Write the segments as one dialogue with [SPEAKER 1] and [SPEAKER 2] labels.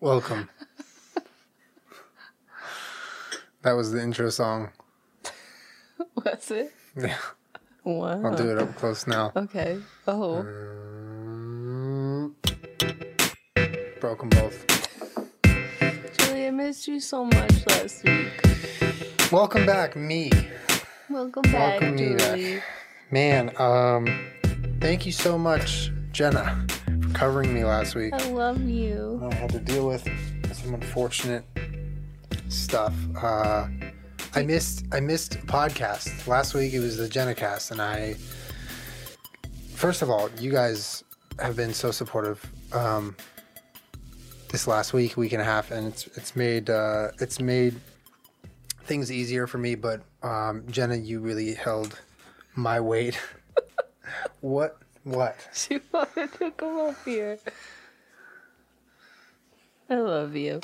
[SPEAKER 1] Welcome. that was the intro song.
[SPEAKER 2] Was it?
[SPEAKER 1] Yeah,
[SPEAKER 2] Wow.
[SPEAKER 1] I'll do it Uh, up close now.
[SPEAKER 2] Okay. Oh.
[SPEAKER 1] Broken both.
[SPEAKER 2] Julie, I missed you so much last week.
[SPEAKER 1] Welcome back, me.
[SPEAKER 2] Welcome back,
[SPEAKER 1] Welcome, Nina.
[SPEAKER 2] Julie.
[SPEAKER 1] Man, um, thank you so much, Jenna, for covering me last week.
[SPEAKER 2] I love you.
[SPEAKER 1] I had to deal with some unfortunate stuff. Uh, I missed I missed a podcast last week. It was the Genicast, and I first of all, you guys have been so supportive um, this last week, week and a half, and it's it's made uh, it's made things easier for me. But um, Jenna, you really held my weight. what what?
[SPEAKER 2] She wanted to come up here. I love you.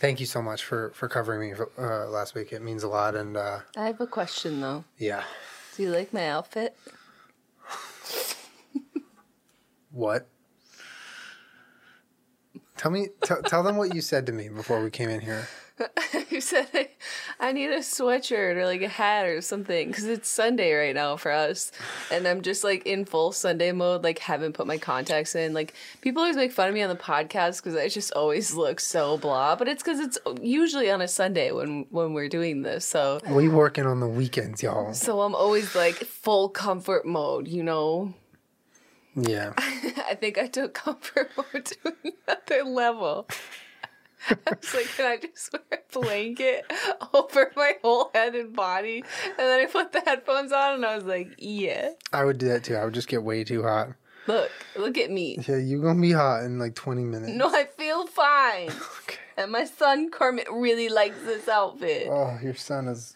[SPEAKER 1] Thank you so much for for covering me for, uh, last week. It means a lot, and uh,
[SPEAKER 2] I have a question though.
[SPEAKER 1] yeah.
[SPEAKER 2] Do you like my outfit?
[SPEAKER 1] What? Tell me. Tell tell them what you said to me before we came in here.
[SPEAKER 2] you said I, I need a sweatshirt or like a hat or something because it's Sunday right now for us, and I'm just like in full Sunday mode. Like haven't put my contacts in. Like people always make fun of me on the podcast because I just always look so blah. But it's because it's usually on a Sunday when when we're doing this. So
[SPEAKER 1] We working on the weekends, y'all.
[SPEAKER 2] so I'm always like full comfort mode. You know,
[SPEAKER 1] Yeah.
[SPEAKER 2] I think I took comfort mode to another level. I was like, can I just wear a blanket over my whole head and body? And then I put the headphones on and I was like, yeah.
[SPEAKER 1] I would do that too. I would just get way too hot.
[SPEAKER 2] Look, look at me.
[SPEAKER 1] Yeah, you gonna be hot in like twenty minutes.
[SPEAKER 2] No, I feel fine.
[SPEAKER 1] Okay.
[SPEAKER 2] And my son Kermit really likes this outfit.
[SPEAKER 1] Oh, your son is.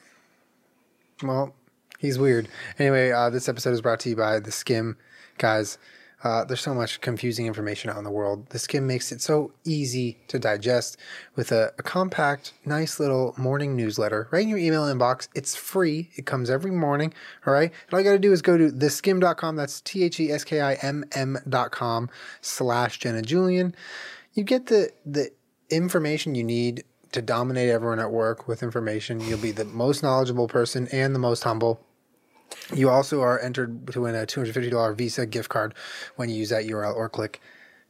[SPEAKER 1] Well, he's weird. Anyway, uh, this episode is brought to you by The Skim. Guys, uh, there's so much confusing information out in the world. The Skim makes it so easy to digest with a, a compact, nice little morning newsletter right in your email inbox. It's free, it comes every morning. All right. And all you got to do is go to theskim.com. That's T H E S K I M M.com slash Jenna Julian you get the the information you need to dominate everyone at work with information. You'll be the most knowledgeable person and the most humble. You also are entered to win a $250 Visa gift card when you use that URL or click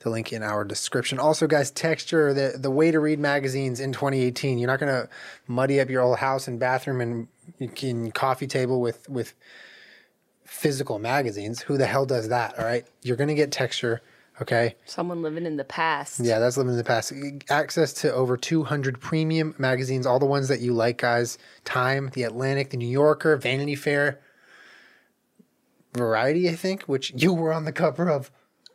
[SPEAKER 1] the link in our description. Also, guys, texture the the way to read magazines in 2018. You're not gonna muddy up your old house and bathroom and you can coffee table with with physical magazines. Who the hell does that? All right, you're gonna get texture. Okay,
[SPEAKER 2] Someone living in the past.
[SPEAKER 1] yeah, that's living in the past. E, Access to over 200 premium magazines, all the ones that you like, guys. Time, The Atlantic, The New Yorker, Vanity Fair, Variety, I think, which you were on the cover of,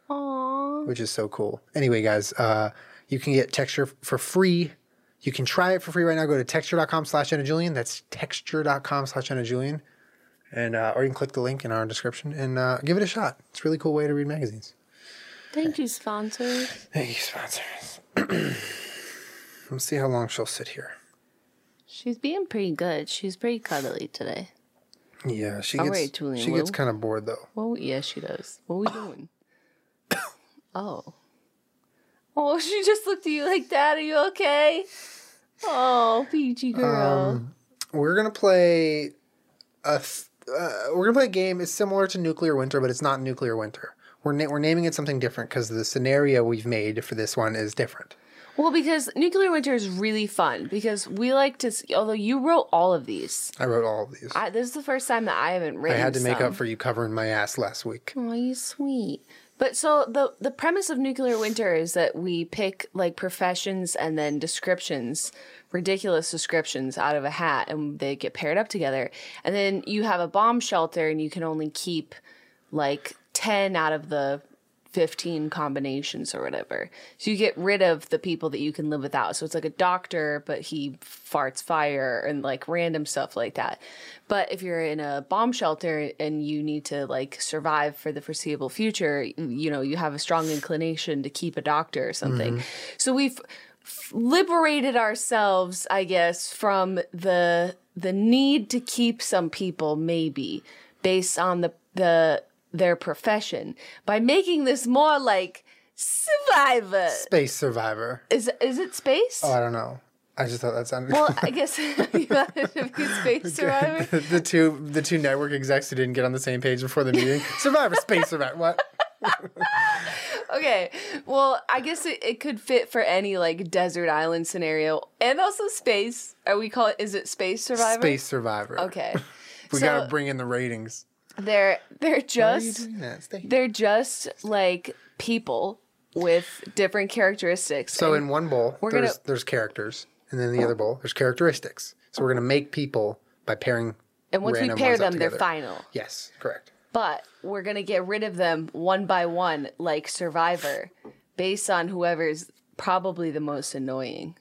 [SPEAKER 2] Aww.
[SPEAKER 1] which is so cool. Anyway, guys, uh, you can get Texture f- for free. You can try it for free right now. Go to texture.com slash Jenna Julian. That's texture.com slash Jenna Julian. And, uh, or you can click the link in our description and uh, give it a shot. It's a really cool way to read magazines.
[SPEAKER 2] Thank you, sponsors.
[SPEAKER 1] Thank you, sponsors. Let's see how long she'll sit here.
[SPEAKER 2] She's being pretty good. She's pretty cuddly today.
[SPEAKER 1] Yeah, she
[SPEAKER 2] All
[SPEAKER 1] gets
[SPEAKER 2] right, Julian
[SPEAKER 1] she gets
[SPEAKER 2] Wu.
[SPEAKER 1] kind of bored though.
[SPEAKER 2] Well, yeah, she does. What are we doing? oh. Oh, she just looked at you like that. Are you okay? Oh, peachy girl.
[SPEAKER 1] Um, We're gonna play a th- uh, we're gonna play a game. It's similar to Nuclear Winter, but it's not Nuclear Winter. We're na- we're naming it something different because the scenario we've made for this one is different.
[SPEAKER 2] well, because Nuclear Winter is really fun because we like to, s- although you wrote all of these.
[SPEAKER 1] I wrote all of these. I,
[SPEAKER 2] I, this is the first time that I haven't written.
[SPEAKER 1] had to make
[SPEAKER 2] some.
[SPEAKER 1] up for you covering my ass last week.
[SPEAKER 2] Aw, you sweet. But so the the premise of Nuclear Winter is that we pick like professions and then descriptions, ridiculous descriptions out of a hat, and they get paired up together. And then you have a bomb shelter, and you can only keep like ten out of the fifteen combinations or whatever. So you get rid of the people that you can live without. So it's like a doctor, but he farts fire and like random stuff like that. But if you're in a bomb shelter and you need to like survive for the foreseeable future, you know, you have a strong inclination to keep a doctor or something. So we've f- liberated ourselves, I guess, from the the need to keep some people maybe based on the the their profession by making this more like Survivor.
[SPEAKER 1] Space Survivor.
[SPEAKER 2] Is is it space?
[SPEAKER 1] Oh, I don't know. I just thought that sounded.
[SPEAKER 2] well, I guess you wanted to be space survivor.
[SPEAKER 1] the, the two the two network execs who didn't get on the same page before the meeting. Survivor, Space Survivor. What?
[SPEAKER 2] Okay. Well, I guess it, it could fit for any like desert island scenario and also space. Are we call it is it space survivor?
[SPEAKER 1] Space Survivor.
[SPEAKER 2] Okay.
[SPEAKER 1] We
[SPEAKER 2] so
[SPEAKER 1] gotta bring in the ratings.
[SPEAKER 2] they're they're
[SPEAKER 1] Why are you
[SPEAKER 2] just
[SPEAKER 1] doing that? Stay.
[SPEAKER 2] they're just like people with different characteristics.
[SPEAKER 1] So
[SPEAKER 2] and
[SPEAKER 1] in one bowl,
[SPEAKER 2] gonna-
[SPEAKER 1] there's there's characters, and then the other bowl there's characteristics. So we're gonna make people by pairing.
[SPEAKER 2] and once we
[SPEAKER 1] random
[SPEAKER 2] pair
[SPEAKER 1] ones up
[SPEAKER 2] them, they're
[SPEAKER 1] together.
[SPEAKER 2] final.
[SPEAKER 1] Yes, correct.
[SPEAKER 2] But we're gonna get rid of them one by one, like Survivor, based on whoever's probably the most annoying.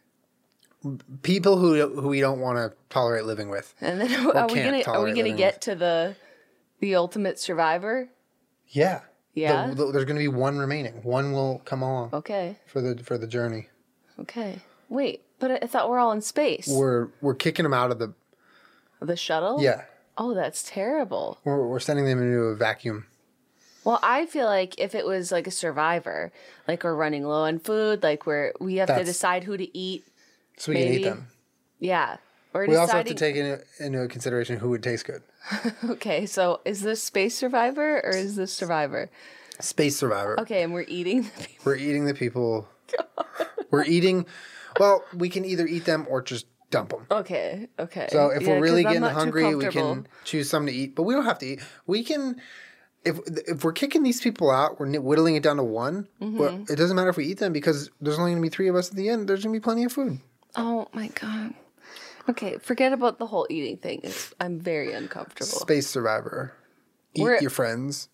[SPEAKER 1] People who who we don't want to tolerate living with.
[SPEAKER 2] And then are we
[SPEAKER 1] can't
[SPEAKER 2] gonna are we
[SPEAKER 1] tolerate
[SPEAKER 2] gonna
[SPEAKER 1] living
[SPEAKER 2] get to the the ultimate survivor?
[SPEAKER 1] Yeah. The-
[SPEAKER 2] Yeah.
[SPEAKER 1] the- there's gonna be one remaining. One will come along
[SPEAKER 2] Okay.
[SPEAKER 1] for the for the journey.
[SPEAKER 2] Okay. Wait, but I- I thought we're all in space.
[SPEAKER 1] We're we're kicking them out of the
[SPEAKER 2] the shuttle?
[SPEAKER 1] yeah.
[SPEAKER 2] Oh, that's terrible.
[SPEAKER 1] We're we're sending them into a vacuum.
[SPEAKER 2] Well, I feel like if it was like a survivor, like we're running low on food, like we're we have to
[SPEAKER 1] That's-
[SPEAKER 2] decide who to eat.
[SPEAKER 1] So we can eat
[SPEAKER 2] Maybe.
[SPEAKER 1] them.
[SPEAKER 2] Yeah. We're
[SPEAKER 1] We
[SPEAKER 2] deciding.
[SPEAKER 1] also have to take into, into consideration who would taste good.
[SPEAKER 2] okay, so is this space survivor or is this survivor?
[SPEAKER 1] Space Survivor.
[SPEAKER 2] Okay, and we're eating the people.
[SPEAKER 1] We're eating the people. we're eating. Well, we can either eat them or just dump them.
[SPEAKER 2] Okay, okay.
[SPEAKER 1] So if
[SPEAKER 2] Yeah,
[SPEAKER 1] we're really
[SPEAKER 2] 'cause
[SPEAKER 1] getting
[SPEAKER 2] I'm not too
[SPEAKER 1] hungry, we
[SPEAKER 2] comfortable.
[SPEAKER 1] can choose something to eat, but we don't have to eat. We can. If, if we're kicking these people out, we're whittling it down to one.
[SPEAKER 2] Mm-hmm.
[SPEAKER 1] Well, it doesn't matter if we eat them because there's only going to be three of us at the end. There's going to be plenty of food.
[SPEAKER 2] Oh my god. Okay, forget about the whole eating thing. It's, I'm very uncomfortable.
[SPEAKER 1] Space Survivor. Eat
[SPEAKER 2] We're-
[SPEAKER 1] your friends.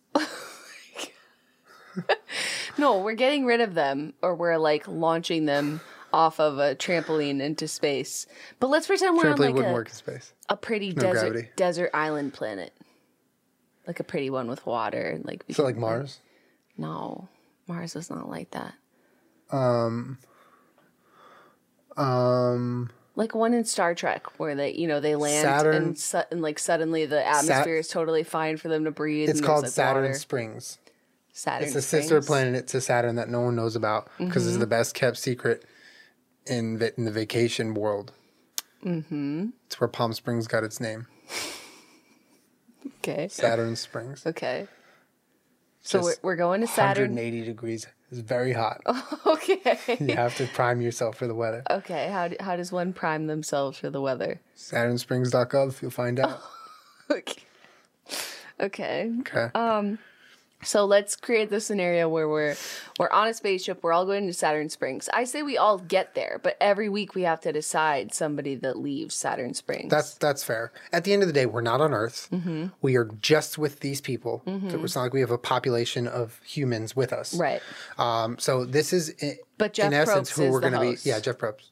[SPEAKER 2] No, we're getting rid of them, or we're like launching them off of a trampoline into space. But let's pretend we're
[SPEAKER 1] Trampoline
[SPEAKER 2] on like
[SPEAKER 1] wouldn't
[SPEAKER 2] a,
[SPEAKER 1] work in space.
[SPEAKER 2] a pretty desert
[SPEAKER 1] gravity.
[SPEAKER 2] desert island planet, like a pretty one with water and like. we
[SPEAKER 1] So
[SPEAKER 2] can-
[SPEAKER 1] like Mars.
[SPEAKER 2] No, Mars is not like that.
[SPEAKER 1] Um,
[SPEAKER 2] Like one in Star Trek, where they, you know, they land
[SPEAKER 1] Saturn-
[SPEAKER 2] and, su- and like suddenly the atmosphere is totally fine for them to breathe.
[SPEAKER 1] it's
[SPEAKER 2] and there's,
[SPEAKER 1] called
[SPEAKER 2] like,
[SPEAKER 1] Saturn
[SPEAKER 2] water.
[SPEAKER 1] Springs.
[SPEAKER 2] Saturn.
[SPEAKER 1] It's a sister
[SPEAKER 2] Springs.
[SPEAKER 1] planet to Saturn that no one knows about because it's the best kept secret in the, in the vacation world. Mm-hmm. It's where Palm Springs got its name,
[SPEAKER 2] Okay.
[SPEAKER 1] Saturn Springs.
[SPEAKER 2] Okay. So we're,
[SPEAKER 1] Just
[SPEAKER 2] we're going to Saturn.
[SPEAKER 1] 180 degrees. It's very hot.
[SPEAKER 2] Okay.
[SPEAKER 1] You have to prime yourself for the weather.
[SPEAKER 2] Okay. How, do, how does one prime themselves for the weather?
[SPEAKER 1] SaturnSprings.gov. You'll find out.
[SPEAKER 2] Okay. Okay.
[SPEAKER 1] Okay.
[SPEAKER 2] So let's create the scenario where we're we're on a spaceship. We're all going to Saturn Springs. I say we all get there, but every week we have to decide somebody that leaves Saturn Springs.
[SPEAKER 1] That's that's fair. At the end of the day, we're not on Earth. We are just with these people. So it's not like we have a population of humans with us.
[SPEAKER 2] right.
[SPEAKER 1] Um, so this is, in,
[SPEAKER 2] But Jeff
[SPEAKER 1] in essence,
[SPEAKER 2] Probst
[SPEAKER 1] who
[SPEAKER 2] is
[SPEAKER 1] we're
[SPEAKER 2] the
[SPEAKER 1] going to be.
[SPEAKER 2] host.
[SPEAKER 1] Yeah, Jeff Probst.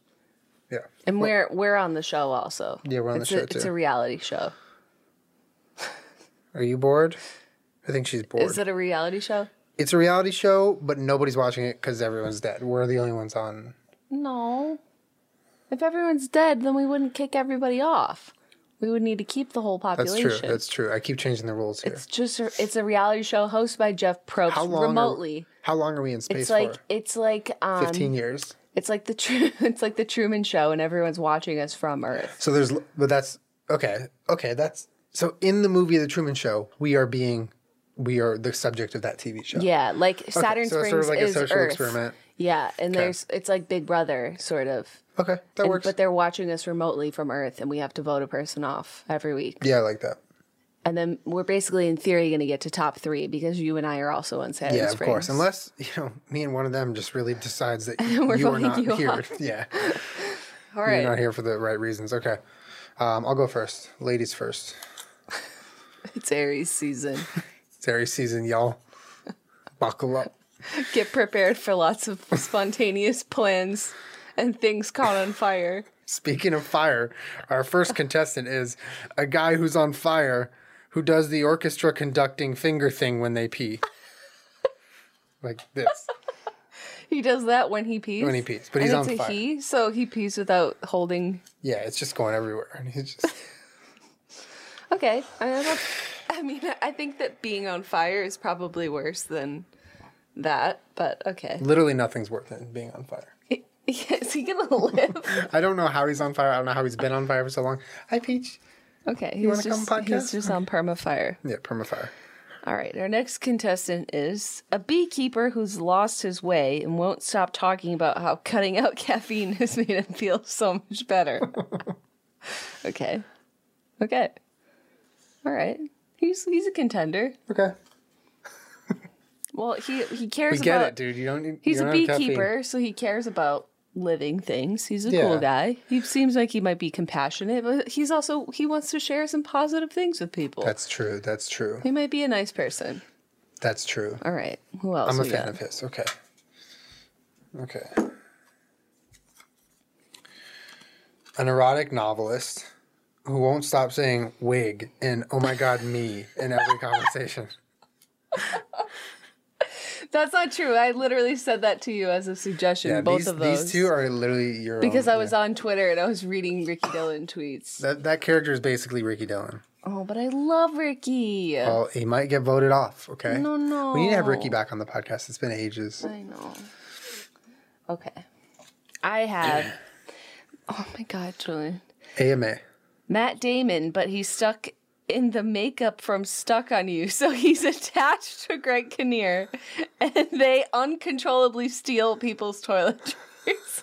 [SPEAKER 1] Yeah.
[SPEAKER 2] And we're we're on the show also.
[SPEAKER 1] Yeah, we're on the
[SPEAKER 2] It's
[SPEAKER 1] show,
[SPEAKER 2] a, It's
[SPEAKER 1] too.
[SPEAKER 2] a reality show.
[SPEAKER 1] Are you bored? I think she's bored.
[SPEAKER 2] Is it a reality show?
[SPEAKER 1] it's a reality show, but nobody's watching it because everyone's dead. We're the only ones on.
[SPEAKER 2] No. If everyone's dead, then we wouldn't kick everybody off. We would need to keep the whole
[SPEAKER 1] That's
[SPEAKER 2] population.
[SPEAKER 1] true. That's true. I keep changing the rules here.
[SPEAKER 2] It's just a, it's a reality show hosted by Jeff Probst
[SPEAKER 1] How long?
[SPEAKER 2] remotely.
[SPEAKER 1] Are, how long are we in space
[SPEAKER 2] it's like
[SPEAKER 1] for?
[SPEAKER 2] it's like um
[SPEAKER 1] Fifteen years.
[SPEAKER 2] it's like the true it's like the Truman Show and everyone's watching us from Earth.
[SPEAKER 1] So there's, but that's okay. Okay, that's so in the movie The Truman Show, we are being, we are the subject of that TV show.
[SPEAKER 2] Yeah, like Saturn
[SPEAKER 1] so
[SPEAKER 2] Springs
[SPEAKER 1] it's sort of like a
[SPEAKER 2] is
[SPEAKER 1] social
[SPEAKER 2] Earth.
[SPEAKER 1] experiment.
[SPEAKER 2] Yeah, and there's it's like Big Brother sort of,
[SPEAKER 1] Okay, that
[SPEAKER 2] And-
[SPEAKER 1] works.
[SPEAKER 2] but they're watching us remotely from Earth, and we have to vote a person off every week.
[SPEAKER 1] yeah, I like that.
[SPEAKER 2] And then we're basically in theory going to get to top three because you and I are also on Saturn
[SPEAKER 1] Yeah, of
[SPEAKER 2] Springs.
[SPEAKER 1] course. Unless you know, me and one of them just really decides that
[SPEAKER 2] We're
[SPEAKER 1] you are
[SPEAKER 2] voting
[SPEAKER 1] not
[SPEAKER 2] you
[SPEAKER 1] here.
[SPEAKER 2] off.
[SPEAKER 1] Yeah.
[SPEAKER 2] All
[SPEAKER 1] You're not
[SPEAKER 2] right,
[SPEAKER 1] here for the right reasons. Okay. Um, I'll go first. Ladies first.
[SPEAKER 2] it's Aries season.
[SPEAKER 1] It's Aries season, y'all. Buckle up.
[SPEAKER 2] Get prepared for lots of spontaneous plans and things caught on fire.
[SPEAKER 1] Speaking of fire, our first contestant is a guy who's on fire who does the orchestra conducting finger thing when they pee. Like this.
[SPEAKER 2] He does that when he pees.
[SPEAKER 1] When he pees, but
[SPEAKER 2] and
[SPEAKER 1] he's
[SPEAKER 2] it's
[SPEAKER 1] on
[SPEAKER 2] a
[SPEAKER 1] fire.
[SPEAKER 2] he, so he pees without holding.
[SPEAKER 1] Yeah, it's just going everywhere. And he's just
[SPEAKER 2] Okay, I mean, that's- I mean, I think that being on fire is probably worse than that, but okay.
[SPEAKER 1] Literally nothing's worth it being on fire.
[SPEAKER 2] Is he gonna live?
[SPEAKER 1] I don't know how he's on fire. I don't know how he's been on fire for so long. Hi, Peach.
[SPEAKER 2] Okay, he's
[SPEAKER 1] wanna come
[SPEAKER 2] just,
[SPEAKER 1] podcast?
[SPEAKER 2] he's just on perma fire.
[SPEAKER 1] Yeah, permafire.
[SPEAKER 2] All right, our next contestant is a beekeeper who's lost his way and won't stop talking about how cutting out caffeine has made him feel so much better. okay. Okay. All right. He's he's a contender.
[SPEAKER 1] Okay.
[SPEAKER 2] Well, he he cares
[SPEAKER 1] We get
[SPEAKER 2] about
[SPEAKER 1] it, dude. You don't need.
[SPEAKER 2] He's
[SPEAKER 1] you
[SPEAKER 2] a
[SPEAKER 1] don't have caffeine.
[SPEAKER 2] beekeeper, so he cares about living things. He's a
[SPEAKER 1] Yeah.
[SPEAKER 2] cool guy. He seems like he might be compassionate, but he's also he wants to share some positive things with people.
[SPEAKER 1] That's true. That's true.
[SPEAKER 2] he might be a nice person.
[SPEAKER 1] That's true.
[SPEAKER 2] All right. Who else?
[SPEAKER 1] I'm a
[SPEAKER 2] we
[SPEAKER 1] fan
[SPEAKER 2] got?
[SPEAKER 1] of his. Okay. Okay. An erotic novelist who won't stop saying wig and oh my god me in every conversation.
[SPEAKER 2] That's not true. I literally said that to you as a suggestion.
[SPEAKER 1] Yeah,
[SPEAKER 2] both
[SPEAKER 1] these,
[SPEAKER 2] of those.
[SPEAKER 1] these two are literally your own-
[SPEAKER 2] because I was
[SPEAKER 1] yeah.
[SPEAKER 2] on Twitter and I was reading Ricky Dillon tweets.
[SPEAKER 1] that that character is basically Ricky Dillon.
[SPEAKER 2] Oh, but I love Ricky.
[SPEAKER 1] Well, he might get voted off. Okay.
[SPEAKER 2] no, no.
[SPEAKER 1] We need to have Ricky back on the podcast. It's been ages.
[SPEAKER 2] I know. Okay. I have. oh my God, Julian.
[SPEAKER 1] AMA.
[SPEAKER 2] Matt Damon, but he's stuck in the makeup from Stuck on You. So he's attached to Greg Kinnear and they uncontrollably steal people's toiletries. this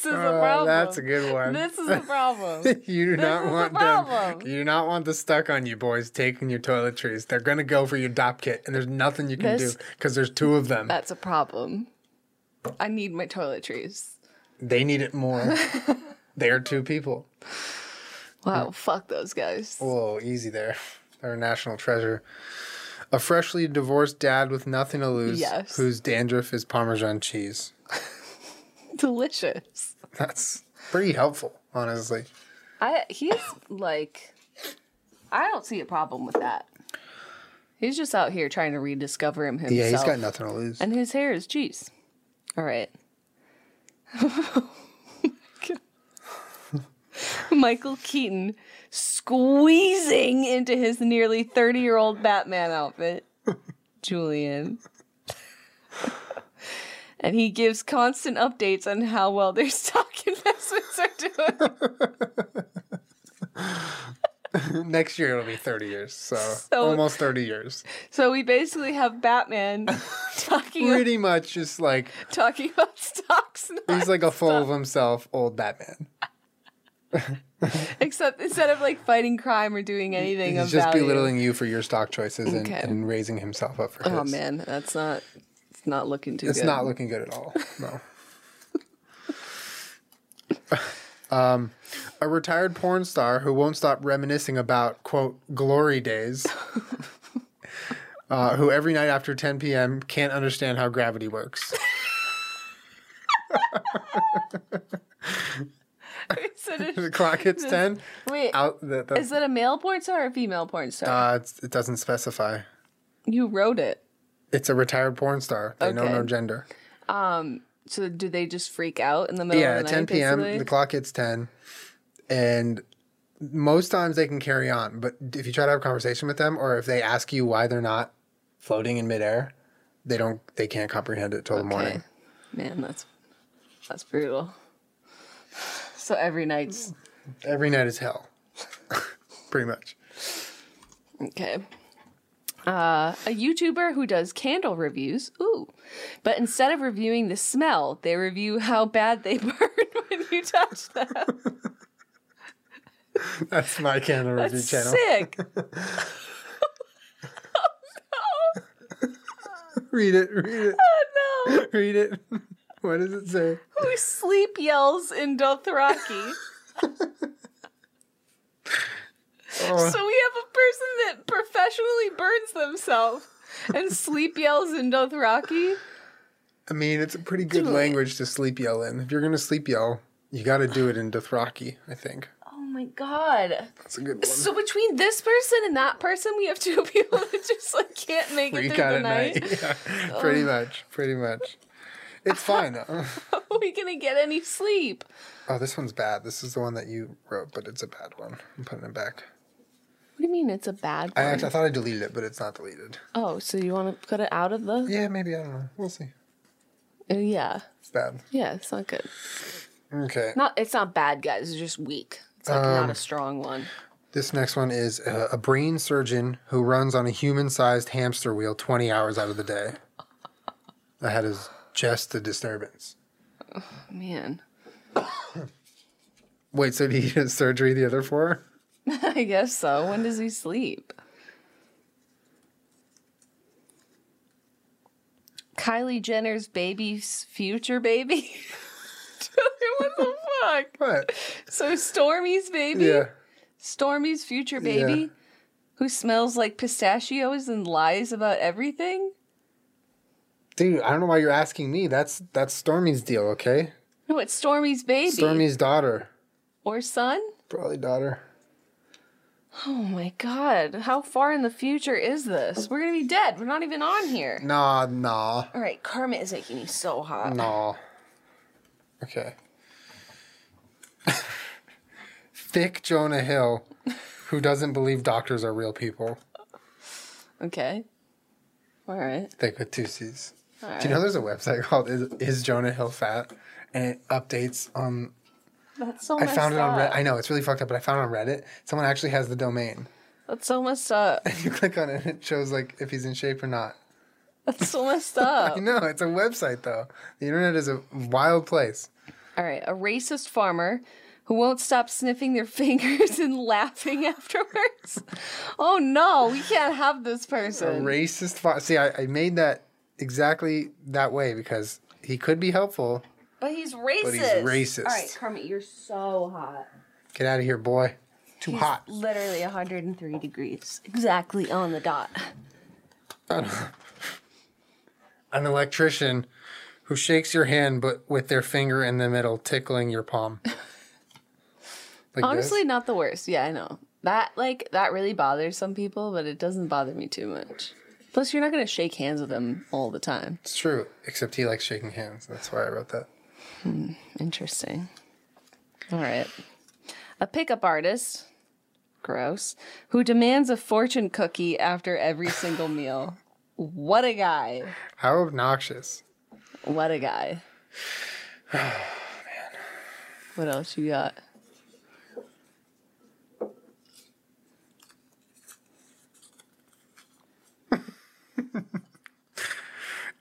[SPEAKER 2] is a
[SPEAKER 1] Oh,
[SPEAKER 2] problem.
[SPEAKER 1] that's a good one.
[SPEAKER 2] This is a problem.
[SPEAKER 1] you do not
[SPEAKER 2] is the
[SPEAKER 1] want them.
[SPEAKER 2] problem.
[SPEAKER 1] You do not want the stuck on you boys taking your toiletries. They're gonna go for your dop kit, and there's nothing you can do 'cause
[SPEAKER 2] This-
[SPEAKER 1] do because there's two of them.
[SPEAKER 2] That's a problem. I need my toiletries.
[SPEAKER 1] they need it more. they are two people.
[SPEAKER 2] Wow, fuck those guys.
[SPEAKER 1] Whoa, easy there. They're a national treasure. A freshly divorced dad with nothing to lose,
[SPEAKER 2] Yes.
[SPEAKER 1] whose dandruff is Parmesan cheese.
[SPEAKER 2] Delicious.
[SPEAKER 1] That's pretty helpful, honestly.
[SPEAKER 2] I he's like I don't see a problem with that. He's just out here trying to rediscover him himself.
[SPEAKER 1] Yeah, he's got nothing to lose.
[SPEAKER 2] and his hair is cheese. All right. Michael Keaton squeezing into his nearly 30-year-old Batman outfit. Julian. and he gives constant updates on how well their stock investments are doing.
[SPEAKER 1] Next year it'll be 30 years, so,
[SPEAKER 2] So-
[SPEAKER 1] almost 30 years.
[SPEAKER 2] So we basically have Batman talking
[SPEAKER 1] Pretty much just like
[SPEAKER 2] talking about stocks, not-
[SPEAKER 1] he's like a full of himself old Batman.
[SPEAKER 2] except instead of like fighting crime or doing anything
[SPEAKER 1] He's
[SPEAKER 2] of
[SPEAKER 1] just
[SPEAKER 2] value.
[SPEAKER 1] belittling you for your stock choices and,
[SPEAKER 2] Okay.
[SPEAKER 1] and raising himself up for his.
[SPEAKER 2] oh man, that's not it's not looking too
[SPEAKER 1] It's
[SPEAKER 2] good.
[SPEAKER 1] not looking good at all. No. um, Um, a retired porn star who won't stop reminiscing about quote glory days. Uh, who every night after 10 p.m. can't understand how gravity works.
[SPEAKER 2] Is it
[SPEAKER 1] the
[SPEAKER 2] a-
[SPEAKER 1] clock hits 10.
[SPEAKER 2] wait,
[SPEAKER 1] Out the, the,
[SPEAKER 2] is it a male porn star or a female porn star?
[SPEAKER 1] uh, it's- it doesn't specify.
[SPEAKER 2] you wrote it.
[SPEAKER 1] It's a retired porn star. They know
[SPEAKER 2] Okay.
[SPEAKER 1] no gender.
[SPEAKER 2] So do they just freak out in the middle
[SPEAKER 1] Yeah,
[SPEAKER 2] of
[SPEAKER 1] at
[SPEAKER 2] the
[SPEAKER 1] 10
[SPEAKER 2] night?
[SPEAKER 1] p.m.
[SPEAKER 2] basically?
[SPEAKER 1] The clock hits 10, and most times they can carry on. But if you try to have a conversation with them, or if they ask you why they're not floating in midair, they don't. They can't comprehend it till the morning.
[SPEAKER 2] Man, that's that's brutal. So every night's
[SPEAKER 1] Every night is hell, pretty much.
[SPEAKER 2] Okay. Uh, a YouTuber who does candle reviews. Ooh. But instead of reviewing the smell, they review how bad they burn when you touch them.
[SPEAKER 1] That's my candle review channel.
[SPEAKER 2] Sick.
[SPEAKER 1] Read it. Read
[SPEAKER 2] Oh no.
[SPEAKER 1] it. Read it. What does it say?
[SPEAKER 2] Who sleep yells in Dothraki.
[SPEAKER 1] Oh,
[SPEAKER 2] So we have a person that professionally burns themselves and sleep yells in Dothraki.
[SPEAKER 1] I mean, it's a pretty good
[SPEAKER 2] Do it.
[SPEAKER 1] language to sleep yell in. If you're gonna sleep yell, you got to do it in Dothraki. I think
[SPEAKER 2] Oh my god.
[SPEAKER 1] that's a good one.
[SPEAKER 2] So between this person and that person, we have two people that just like can't make it
[SPEAKER 1] freak
[SPEAKER 2] through
[SPEAKER 1] out
[SPEAKER 2] the
[SPEAKER 1] at
[SPEAKER 2] night. Oh.
[SPEAKER 1] night. Yeah, pretty much. Pretty much. It's fine. though.
[SPEAKER 2] Are we gonna get any sleep?
[SPEAKER 1] oh, this one's bad. This is the one that you wrote, but it's a bad one. I'm putting it back.
[SPEAKER 2] do you mean it's a bad
[SPEAKER 1] I
[SPEAKER 2] one?
[SPEAKER 1] actually I thought I deleted it, but it's not deleted.
[SPEAKER 2] oh, so you want to cut it out of the?
[SPEAKER 1] Yeah, maybe I don't know. We'll see.
[SPEAKER 2] Uh, Yeah.
[SPEAKER 1] It's bad.
[SPEAKER 2] Yeah, it's not good.
[SPEAKER 1] Okay.
[SPEAKER 2] Not it's not bad, guys. It's just weak. It's like not
[SPEAKER 1] Um.
[SPEAKER 2] a strong one.
[SPEAKER 1] This next one is uh, a brain surgeon who runs on a human-sized hamster wheel 20 hours out of the day. That is just a disturbance.
[SPEAKER 2] Man,
[SPEAKER 1] Wait, so did he get surgery the other four?
[SPEAKER 2] I guess so. When does he sleep? Kylie Jenner's baby's future baby. what the fuck?
[SPEAKER 1] What?
[SPEAKER 2] So Stormy's baby,
[SPEAKER 1] Yeah.
[SPEAKER 2] Stormy's future baby,
[SPEAKER 1] Yeah.
[SPEAKER 2] who smells like pistachios and lies about everything.
[SPEAKER 1] Dude, I don't know why you're asking me. That's that's Stormy's deal, okay?
[SPEAKER 2] No, it's Stormy's baby
[SPEAKER 1] Stormy's daughter.
[SPEAKER 2] or son.
[SPEAKER 1] Probably daughter.
[SPEAKER 2] Oh my god! How far in the future is this? We're gonna be dead. We're not even on here.
[SPEAKER 1] Nah, nah.
[SPEAKER 2] All right, karma is making me so hot.
[SPEAKER 1] No. Okay. Thick Jonah Hill, who doesn't believe doctors are real people.
[SPEAKER 2] Okay. All right.
[SPEAKER 1] Thick with two C's.
[SPEAKER 2] All
[SPEAKER 1] Do you know there's a website called Is, Is Jonah Hill Fat? And it updates on.
[SPEAKER 2] That's so
[SPEAKER 1] I
[SPEAKER 2] messed
[SPEAKER 1] found it on Reddit.
[SPEAKER 2] up.
[SPEAKER 1] I know, it's really fucked up, but I found it on Reddit. Someone actually has the domain.
[SPEAKER 2] That's so messed up.
[SPEAKER 1] You click on it and it shows like if he's in shape or not.
[SPEAKER 2] That's so messed up.
[SPEAKER 1] I know, it's a website though. The internet is a wild place.
[SPEAKER 2] All right. A racist farmer who won't stop sniffing their fingers and laughing afterwards. oh no, we can't have this
[SPEAKER 1] A
[SPEAKER 2] person.
[SPEAKER 1] racist. Fo- See, I, I made that exactly that way because he could be helpful.
[SPEAKER 2] but he's racist.
[SPEAKER 1] he's racist.
[SPEAKER 2] All right, Kermit, you're so hot.
[SPEAKER 1] Get out of here, boy. Too
[SPEAKER 2] He's
[SPEAKER 1] hot.
[SPEAKER 2] Literally 103 degrees. Exactly on the dot.
[SPEAKER 1] An electrician who shakes your hand but with their finger in the middle, tickling your palm. Like
[SPEAKER 2] Honestly, not the worst. Yeah, I know. That like that really bothers some people, but it doesn't bother me too much. Plus, you're not gonna shake hands with them all the time.
[SPEAKER 1] it's true. Except he likes shaking hands. That's why I wrote that.
[SPEAKER 2] Interesting. All right. A pickup artist, gross, who demands a fortune cookie after every single meal. What a guy.
[SPEAKER 1] How obnoxious.
[SPEAKER 2] What a guy. What else you got?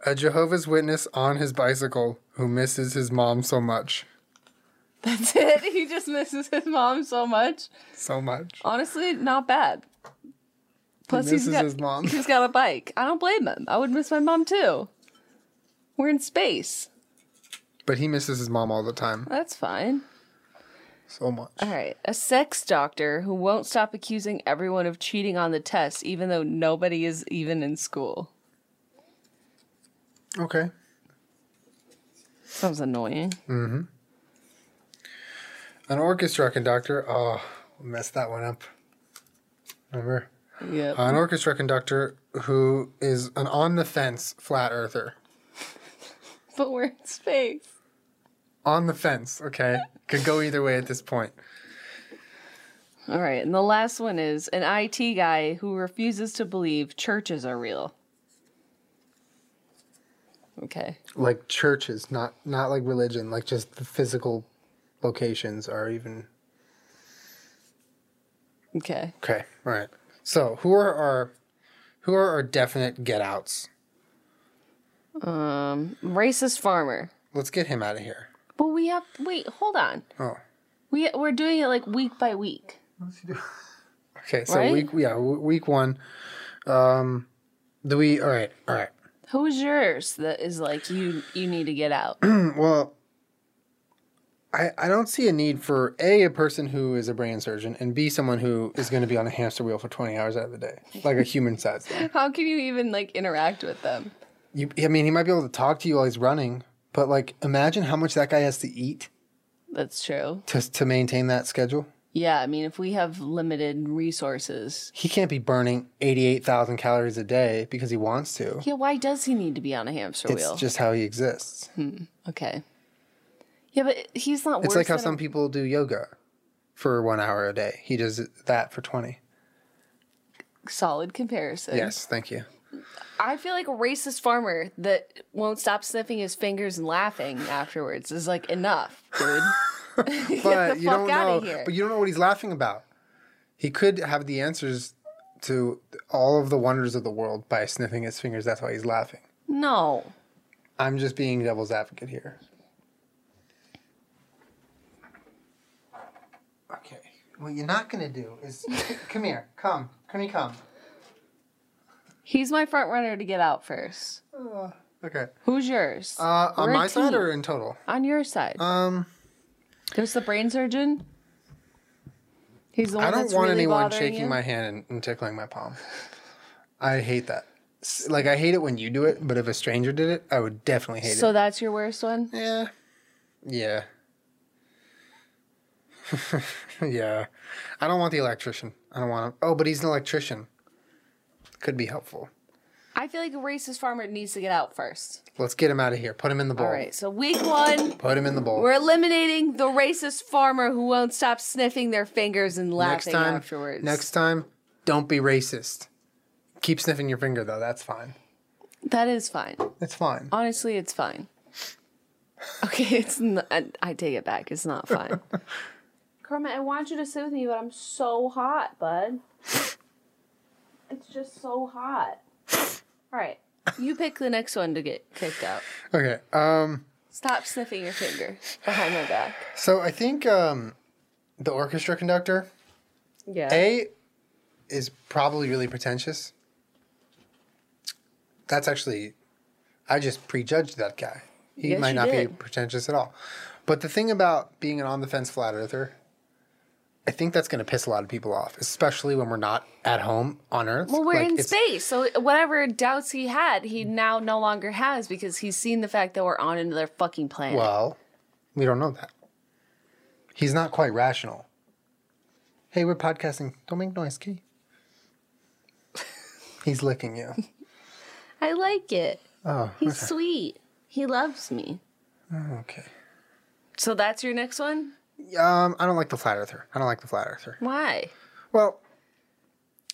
[SPEAKER 1] A Jehovah's Witness on his bicycle who misses his mom so much.
[SPEAKER 2] That's it. He just misses his mom so much.
[SPEAKER 1] So much.
[SPEAKER 2] Honestly, not bad. Plus,
[SPEAKER 1] misses
[SPEAKER 2] he's got,
[SPEAKER 1] his mom.
[SPEAKER 2] he's got a bike. I don't blame him. I would miss my mom too. We're in space.
[SPEAKER 1] But he misses his mom all the time.
[SPEAKER 2] That's fine.
[SPEAKER 1] So much.
[SPEAKER 2] All right. A sex doctor who won't stop accusing everyone of cheating on the test, even though nobody is even in school.
[SPEAKER 1] Okay.
[SPEAKER 2] Sounds annoying.
[SPEAKER 1] An orchestra conductor. Oh, messed that one up. Remember?
[SPEAKER 2] Yep.
[SPEAKER 1] An orchestra conductor who is an on the fence flat earther.
[SPEAKER 2] but we're in space.
[SPEAKER 1] On the fence, okay? Could go either way at this point.
[SPEAKER 2] All right. And the last one is an IT guy who refuses to believe churches are real. Okay.
[SPEAKER 1] Like churches, not not like religion, like just the physical locations are even
[SPEAKER 2] Okay.
[SPEAKER 1] Okay. All right. So who are our who are our definite get outs?
[SPEAKER 2] Racist farmer.
[SPEAKER 1] Let's get him out of here.
[SPEAKER 2] But we have wait, hold on.
[SPEAKER 1] Oh.
[SPEAKER 2] We we're doing it like week by week.
[SPEAKER 1] Okay, so
[SPEAKER 2] Right?
[SPEAKER 1] week yeah, w- week one. Um do we all right, all right.
[SPEAKER 2] Who's yours that is like you you need to get out?
[SPEAKER 1] Well, I I don't see a need for a a person who is a brain surgeon and b someone who is going to be on a hamster wheel for twenty hours out of the day, like a human sized one.
[SPEAKER 2] How can you even like interact with them?
[SPEAKER 1] You, I mean, he might be able to talk to you while he's running, but like, imagine how much that guy has to eat
[SPEAKER 2] That's true.
[SPEAKER 1] to to maintain that schedule.
[SPEAKER 2] Yeah, I mean if we have limited resources.
[SPEAKER 1] He can't be burning eighty eight thousand calories a day because he wants to.
[SPEAKER 2] Yeah, why does he need to be on a hamster wheel?
[SPEAKER 1] It's just how he exists.
[SPEAKER 2] okay. Yeah, but he's not
[SPEAKER 1] It's
[SPEAKER 2] worse
[SPEAKER 1] like how
[SPEAKER 2] than
[SPEAKER 1] some people do yoga for one hour a day. He does that for twenty.
[SPEAKER 2] solid comparison.
[SPEAKER 1] Yes, thank you.
[SPEAKER 2] I feel like a racist farmer that won't stop sniffing his fingers and laughing afterwards is like enough, dude. Get
[SPEAKER 1] But
[SPEAKER 2] the
[SPEAKER 1] you don't
[SPEAKER 2] fuck outta
[SPEAKER 1] know.
[SPEAKER 2] here.
[SPEAKER 1] But you don't know what he's laughing about. He could have the answers to all of the wonders of the world by sniffing his fingers. That's why he's laughing.
[SPEAKER 2] no.
[SPEAKER 1] I'm just being devil's advocate here. Okay. What you're not gonna do is come here. Come. Can you come?
[SPEAKER 2] He's my front runner to get out first.
[SPEAKER 1] Okay.
[SPEAKER 2] Who's yours?
[SPEAKER 1] Uh, on
[SPEAKER 2] We're a
[SPEAKER 1] my side
[SPEAKER 2] team.
[SPEAKER 1] or in total?
[SPEAKER 2] on your side?
[SPEAKER 1] Um,
[SPEAKER 2] There's the brain surgeon. He's the one
[SPEAKER 1] I don't
[SPEAKER 2] Oh, that's
[SPEAKER 1] want
[SPEAKER 2] really
[SPEAKER 1] anyone
[SPEAKER 2] bothering
[SPEAKER 1] shaking
[SPEAKER 2] you.
[SPEAKER 1] my hand and, and tickling my palm. I hate that. S- Like I hate it when you do it, but if a stranger did it, I would definitely hate
[SPEAKER 2] So
[SPEAKER 1] it.
[SPEAKER 2] that's your worst one.
[SPEAKER 1] Yeah. Yeah. yeah. I don't want the electrician. I don't want him. Oh, but he's an electrician. Could be helpful.
[SPEAKER 2] I feel like a racist farmer needs to get out first.
[SPEAKER 1] Let's get him out of here. Put him in the bowl.
[SPEAKER 2] All right. So week one,
[SPEAKER 1] Put him in the bowl.
[SPEAKER 2] we're eliminating the racist farmer who won't stop sniffing their fingers and
[SPEAKER 1] next
[SPEAKER 2] laughing
[SPEAKER 1] time.
[SPEAKER 2] afterwards.
[SPEAKER 1] Next time, don't be racist. Keep sniffing your finger though. That's fine.
[SPEAKER 2] That is fine.
[SPEAKER 1] It's fine.
[SPEAKER 2] Honestly, it's fine. Okay, it's not, I, I take it back. It's not fine. Kermit, I want you to sit with me, but I'm so hot, bud. It's just so hot. All right, you pick the next one to get kicked out.
[SPEAKER 1] Okay. Um.
[SPEAKER 2] Stop sniffing your finger behind my back.
[SPEAKER 1] So I think um, the orchestra conductor
[SPEAKER 2] Yeah.
[SPEAKER 1] A is probably really pretentious. That's actually, I just prejudged that guy. He
[SPEAKER 2] Yes,
[SPEAKER 1] might
[SPEAKER 2] you
[SPEAKER 1] not be
[SPEAKER 2] did.
[SPEAKER 1] pretentious at all. But the thing about being an on the fence flat earther, I think that's going to piss a lot of people off, especially when we're not at home on Earth.
[SPEAKER 2] Well, we're
[SPEAKER 1] Like,
[SPEAKER 2] in
[SPEAKER 1] it's-
[SPEAKER 2] space, so whatever doubts he had, he now no longer has because he's seen the fact that we're on another fucking planet.
[SPEAKER 1] Well, we don't know that. He's not quite rational. Hey, we're podcasting. Don't make noise, Key. He's licking you.
[SPEAKER 2] I like it.
[SPEAKER 1] Oh,
[SPEAKER 2] He's sweet. He loves me.
[SPEAKER 1] okay.
[SPEAKER 2] So that's your next one?
[SPEAKER 1] Um, I don't like the flat earther. I don't like the flat earther.
[SPEAKER 2] Why?
[SPEAKER 1] Well,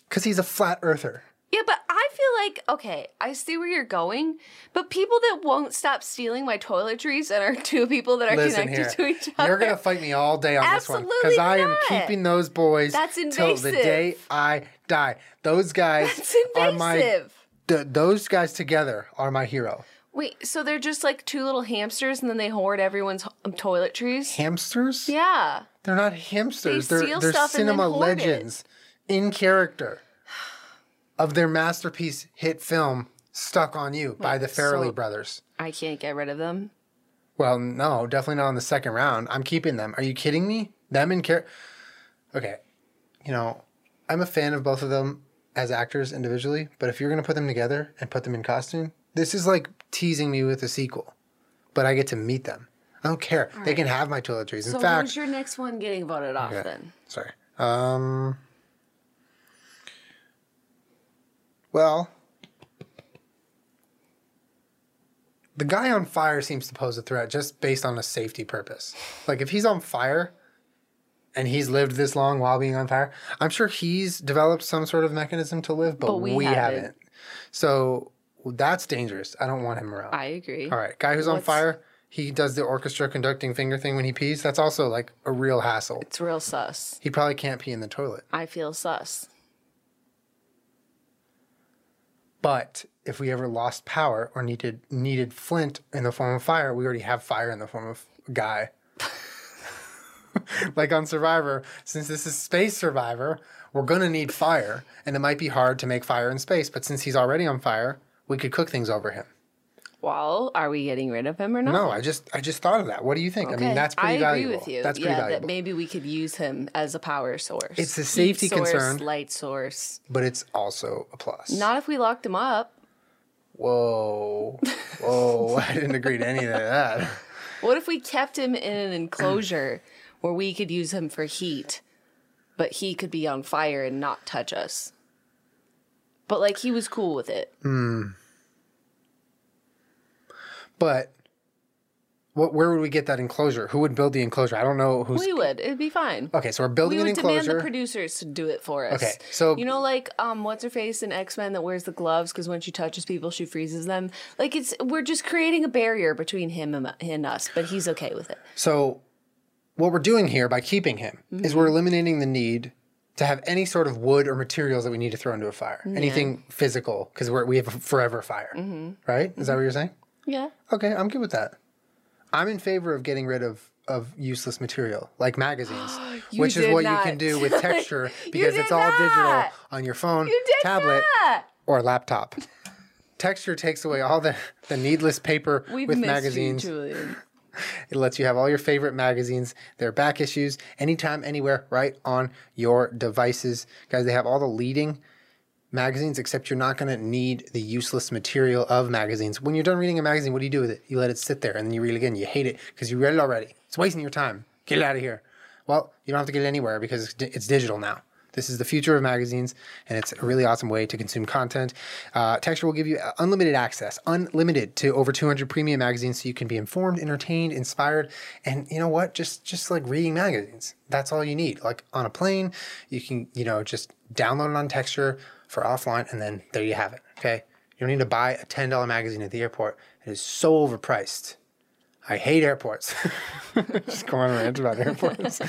[SPEAKER 1] because he's a flat earther.
[SPEAKER 2] Yeah, but I feel like, okay, I see where you're going, but people that won't stop stealing my toiletries and are two people that are
[SPEAKER 1] Listen here,
[SPEAKER 2] connected to each other.
[SPEAKER 1] you're gonna fight me all day on this one
[SPEAKER 2] Absolutely
[SPEAKER 1] I am
[SPEAKER 2] not.
[SPEAKER 1] keeping those boys
[SPEAKER 2] That's
[SPEAKER 1] till the
[SPEAKER 2] invasive.
[SPEAKER 1] day I die. Those guys
[SPEAKER 2] That's
[SPEAKER 1] are my.
[SPEAKER 2] invasive.
[SPEAKER 1] Th- those guys together are my hero.
[SPEAKER 2] Wait, so they're just like two little hamsters and then they hoard everyone's ho- um, toiletries?
[SPEAKER 1] Hamsters?
[SPEAKER 2] Yeah.
[SPEAKER 1] They're not hamsters.
[SPEAKER 2] They
[SPEAKER 1] They are
[SPEAKER 2] steal
[SPEAKER 1] they're
[SPEAKER 2] stuff and then
[SPEAKER 1] cinema
[SPEAKER 2] hoard it.
[SPEAKER 1] legends in character of their masterpiece hit film "Stuck on You" by the Farrelly
[SPEAKER 2] so-
[SPEAKER 1] brothers.
[SPEAKER 2] I can't get rid of them.
[SPEAKER 1] Well, no, definitely not in the second round. I'm keeping them. Are you kidding me? Them and care. Okay, you know, I'm a fan of both of them as actors individually, but if you're gonna put them together and put them in costume, this is like teasing me with a sequel. But I get to meet them. I don't care. they can have my toiletries. In
[SPEAKER 2] So
[SPEAKER 1] fact,
[SPEAKER 2] who's your next one getting voted off then?
[SPEAKER 1] sorry. Um. Well, the guy on fire seems to pose a threat just based on a safety purpose. Like if he's on fire and he's lived this long while being on fire, I'm sure he's developed some sort of mechanism to live, but, we,
[SPEAKER 2] we
[SPEAKER 1] haven't.
[SPEAKER 2] haven't.
[SPEAKER 1] So that's dangerous. I don't want him around.
[SPEAKER 2] I agree.
[SPEAKER 1] All right, guy who's on
[SPEAKER 2] What's-
[SPEAKER 1] fire, he does the orchestra conducting finger thing when he pees. That's also like a real hassle.
[SPEAKER 2] It's real sus.
[SPEAKER 1] He probably can't pee in the toilet.
[SPEAKER 2] I feel sus.
[SPEAKER 1] But if we ever lost power or needed needed flint in the form of fire, we already have fire in the form of guy. like on Survivor, since this is space Survivor, we're gonna need fire, and it might be hard to make fire in space. But since he's already on fire, we could cook things over him.
[SPEAKER 2] Well, are we getting rid of him or not?
[SPEAKER 1] No, I just I just thought of that. What do you think? I mean, that's pretty
[SPEAKER 2] I
[SPEAKER 1] valuable.
[SPEAKER 2] agree with you.
[SPEAKER 1] That's pretty
[SPEAKER 2] yeah,
[SPEAKER 1] valuable.
[SPEAKER 2] that maybe we could use him as a power source.
[SPEAKER 1] It's a safety
[SPEAKER 2] source,
[SPEAKER 1] concern.
[SPEAKER 2] light source.
[SPEAKER 1] but it's also a plus.
[SPEAKER 2] Not if we locked him up.
[SPEAKER 1] Whoa, whoa! I didn't agree to any of that.
[SPEAKER 2] What if we kept him in an enclosure where we could use him for heat, but he could be on fire and not touch us? But like he was cool with it.
[SPEAKER 1] But what, where would we get that enclosure? Who would build the enclosure? I don't know who's.
[SPEAKER 2] We would. It'd be fine.
[SPEAKER 1] okay, so we're building
[SPEAKER 2] We
[SPEAKER 1] an
[SPEAKER 2] would demand the
[SPEAKER 1] enclosure.
[SPEAKER 2] producers to do it for us.
[SPEAKER 1] Okay, so-
[SPEAKER 2] you know, like um, what's her face in X Men that wears the gloves because when she touches people, she freezes them. Like it's we're just creating a barrier between him and, and us, but he's okay with it.
[SPEAKER 1] so, what we're doing here by keeping him is
[SPEAKER 2] Mm-hmm.
[SPEAKER 1] we're eliminating the need to have any sort of wood or materials that we need to throw into a fire, anything physical, because we have a forever fire,
[SPEAKER 2] Mm-hmm.
[SPEAKER 1] right? Is that what you're saying?
[SPEAKER 2] Yeah.
[SPEAKER 1] Okay, I'm good with that. I'm in favor of getting rid of of useless material like magazines,
[SPEAKER 2] You
[SPEAKER 1] which is
[SPEAKER 2] did
[SPEAKER 1] what
[SPEAKER 2] not.
[SPEAKER 1] you can do with texture because it's
[SPEAKER 2] did
[SPEAKER 1] all digital
[SPEAKER 2] not.
[SPEAKER 1] on your phone,
[SPEAKER 2] You did
[SPEAKER 1] tablet,
[SPEAKER 2] not.
[SPEAKER 1] or laptop. texture takes away all the, the needless paper
[SPEAKER 2] We've
[SPEAKER 1] with
[SPEAKER 2] missed
[SPEAKER 1] magazines.
[SPEAKER 2] you, Julian.
[SPEAKER 1] It lets you have all your favorite magazines, their back issues, anytime, anywhere, right on your devices. Guys, they have all the leading magazines, except you're not going to need the useless material of magazines. When you're done reading a magazine, what do you do with it? You let it sit there and then you read it again. You hate it because you read it already. It's wasting your time. Get it out of here. Well, you don't have to get it anywhere because it's, di- it's digital now. This is the future of magazines, and it's a really awesome way to consume content. Uh, Texture will give you unlimited access, unlimited to over 200 premium magazines, so you can be informed, entertained, inspired, and you know what? Just just like reading magazines, that's all you need. Like on a plane, you can you know just download it on Texture for offline, and then there you have it. Okay, you don't need to buy a ten dollar magazine at the airport. It is so overpriced. I hate airports. Just go on a rant about airports.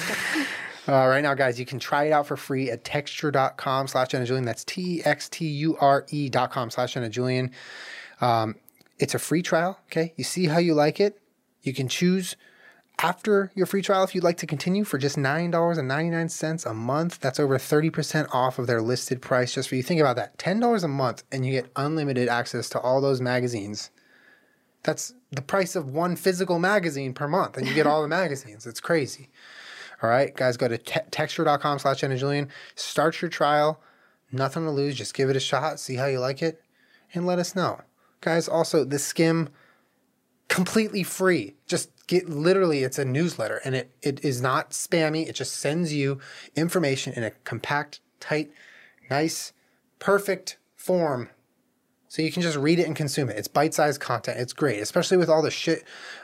[SPEAKER 1] Uh, right now, guys, you can try it out for free at texture.com slash Jenna Julian. That's T E X T U R E dot com slash Jenna Julian. Um, it's a free trial. Okay. You see how you like it. You can choose after your free trial if you'd like to continue for just $9.99 a month. That's over 30% off of their listed price just for you. Think about that $10 a month, and you get unlimited access to all those magazines. That's the price of one physical magazine per month, and you get all the magazines. It's crazy. All right, guys, go to te- texture.com slash Jenna Julian. Start your trial. Nothing to lose. Just give it a shot. See how you like it and let us know. Guys, also, the skim completely free. Just get literally, it's a newsletter and it, it is not spammy. It just sends you information in a compact, tight, nice, perfect form so you can just read it and consume it. It's bite-sized content. It's great, especially with all the shit,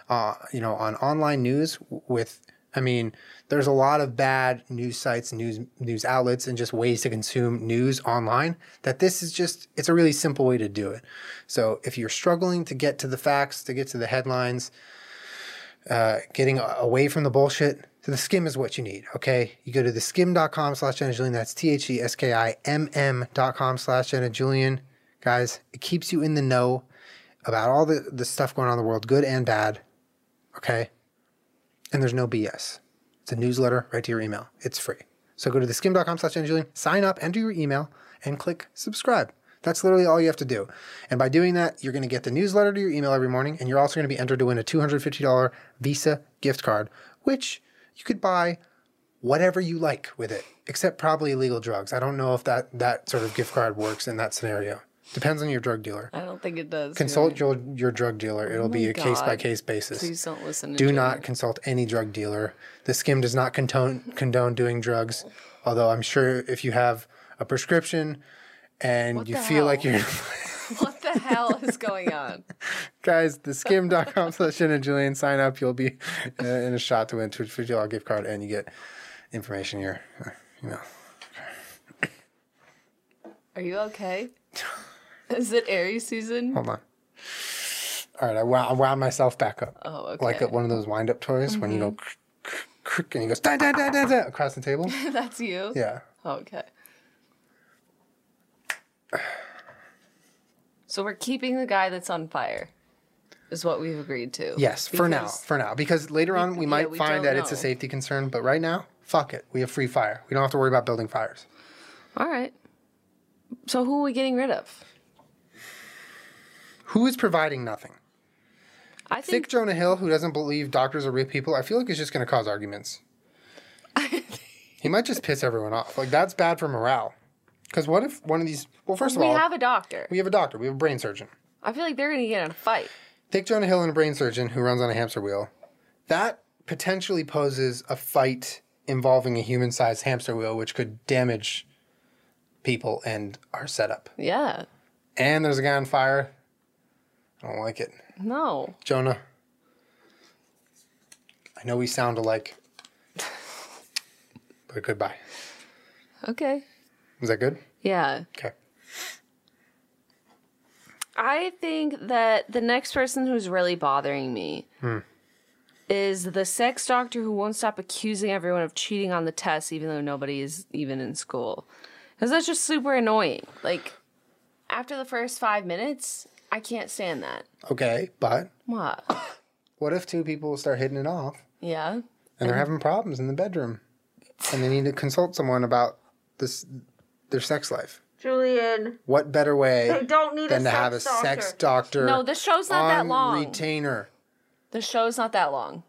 [SPEAKER 1] uh, you know, on online news. w- With, I mean, there's a lot of bad news sites, news news outlets, and just ways to consume news online. That this is just, it's a really simple way to do it. So if you're struggling to get to the facts, to get to the headlines, uh, getting a- away from the bullshit. So the skim is what you need, okay? You go to theskim.com slash Jenna Julian. That's T H E S K I M M dot com slash Jenna Julian. Guys, it keeps you in the know about all the, the stuff going on in the world, good and bad, okay? And there's no BS. It's a newsletter right to your email. It's free. So go to theskim.com slash Jenna Julian, sign up, enter your email, and click subscribe. That's literally all you have to do. And by doing that, you're going to get the newsletter to your email every morning, and you're also going to be entered to win a $250 Visa gift card, which you could buy whatever you like with it, except probably illegal drugs. I don't know if that, that sort of gift card works in that scenario. Depends on your drug dealer.
[SPEAKER 2] I don't think it does.
[SPEAKER 1] Consult your, your drug dealer. It'll be
[SPEAKER 2] Oh my
[SPEAKER 1] a case by case basis.
[SPEAKER 2] Please don't listen. To
[SPEAKER 1] Do
[SPEAKER 2] Julian.
[SPEAKER 1] not consult any drug dealer. The skim does not condone, condone doing drugs, although I'm sure if you have a prescription and you
[SPEAKER 2] the
[SPEAKER 1] feel like
[SPEAKER 2] hell?
[SPEAKER 1] you're
[SPEAKER 2] What the hell is going on?
[SPEAKER 1] guys, the skim.com slash Jen and Julian sign up. You'll be uh, in a shot to win a $50 gift card and you get information here. uh, You know,
[SPEAKER 2] Are you okay? Is it Aries season?
[SPEAKER 1] hold on. All right, I wound, I wound myself back up.
[SPEAKER 2] Oh, okay. Mm-hmm.
[SPEAKER 1] Like one of those wind up toys when you go crick, crick, crick, and he goes da, da, da, da, da, across the table.
[SPEAKER 2] That's you.
[SPEAKER 1] Yeah.
[SPEAKER 2] Okay. So we're keeping the guy that's on fire, is what we've agreed to.
[SPEAKER 1] Yes, for now,
[SPEAKER 2] Because-
[SPEAKER 1] for now, because later on we
[SPEAKER 2] yeah,
[SPEAKER 1] might
[SPEAKER 2] we don't
[SPEAKER 1] find that it's a
[SPEAKER 2] know.
[SPEAKER 1] safety concern, but right now, fuck it, we have free fire. We don't have to worry about building fires.
[SPEAKER 2] All right. So who are we getting rid of?
[SPEAKER 1] Who is providing nothing?
[SPEAKER 2] I
[SPEAKER 1] Thick
[SPEAKER 2] think
[SPEAKER 1] Jonah Hill, who doesn't believe doctors are real people, I feel like is just going to cause arguments. he might just piss everyone off. Like that's bad for morale. Because what if one of these? Well, first of
[SPEAKER 2] we
[SPEAKER 1] all,
[SPEAKER 2] have a doctor.
[SPEAKER 1] we have a doctor, we have a brain surgeon.
[SPEAKER 2] I feel like they're going to get in a fight.
[SPEAKER 1] Thick Jonah Hill and a brain surgeon who runs on a hamster wheel. That potentially poses a fight involving a human sized hamster wheel, which could damage people and our setup.
[SPEAKER 2] Yeah.
[SPEAKER 1] And there's a guy on fire. I don't like it.
[SPEAKER 2] No.
[SPEAKER 1] Jonah, I know we sound alike, but goodbye.
[SPEAKER 2] Okay.
[SPEAKER 1] Is that good?
[SPEAKER 2] Yeah.
[SPEAKER 1] Okay.
[SPEAKER 2] I think that the next person who's really bothering me
[SPEAKER 1] Hmm.
[SPEAKER 2] is the sex doctor who won't stop accusing everyone of cheating on the test, even though nobody is even in school. Because that's just super annoying. Like, after the first five minutes, I can't stand that.
[SPEAKER 1] Okay, but
[SPEAKER 2] What?
[SPEAKER 1] what if two people start hitting it off
[SPEAKER 2] Yeah.
[SPEAKER 1] and they're having problems in the bedroom, and they need to consult someone about this their sex life?
[SPEAKER 3] Julian,
[SPEAKER 1] What better way
[SPEAKER 3] they don't need
[SPEAKER 1] than to
[SPEAKER 3] a sex
[SPEAKER 1] have a
[SPEAKER 3] doctor.
[SPEAKER 1] sex doctor?
[SPEAKER 2] No, the show's not that
[SPEAKER 1] on
[SPEAKER 2] long.
[SPEAKER 1] Retainer.
[SPEAKER 2] The show's not that long.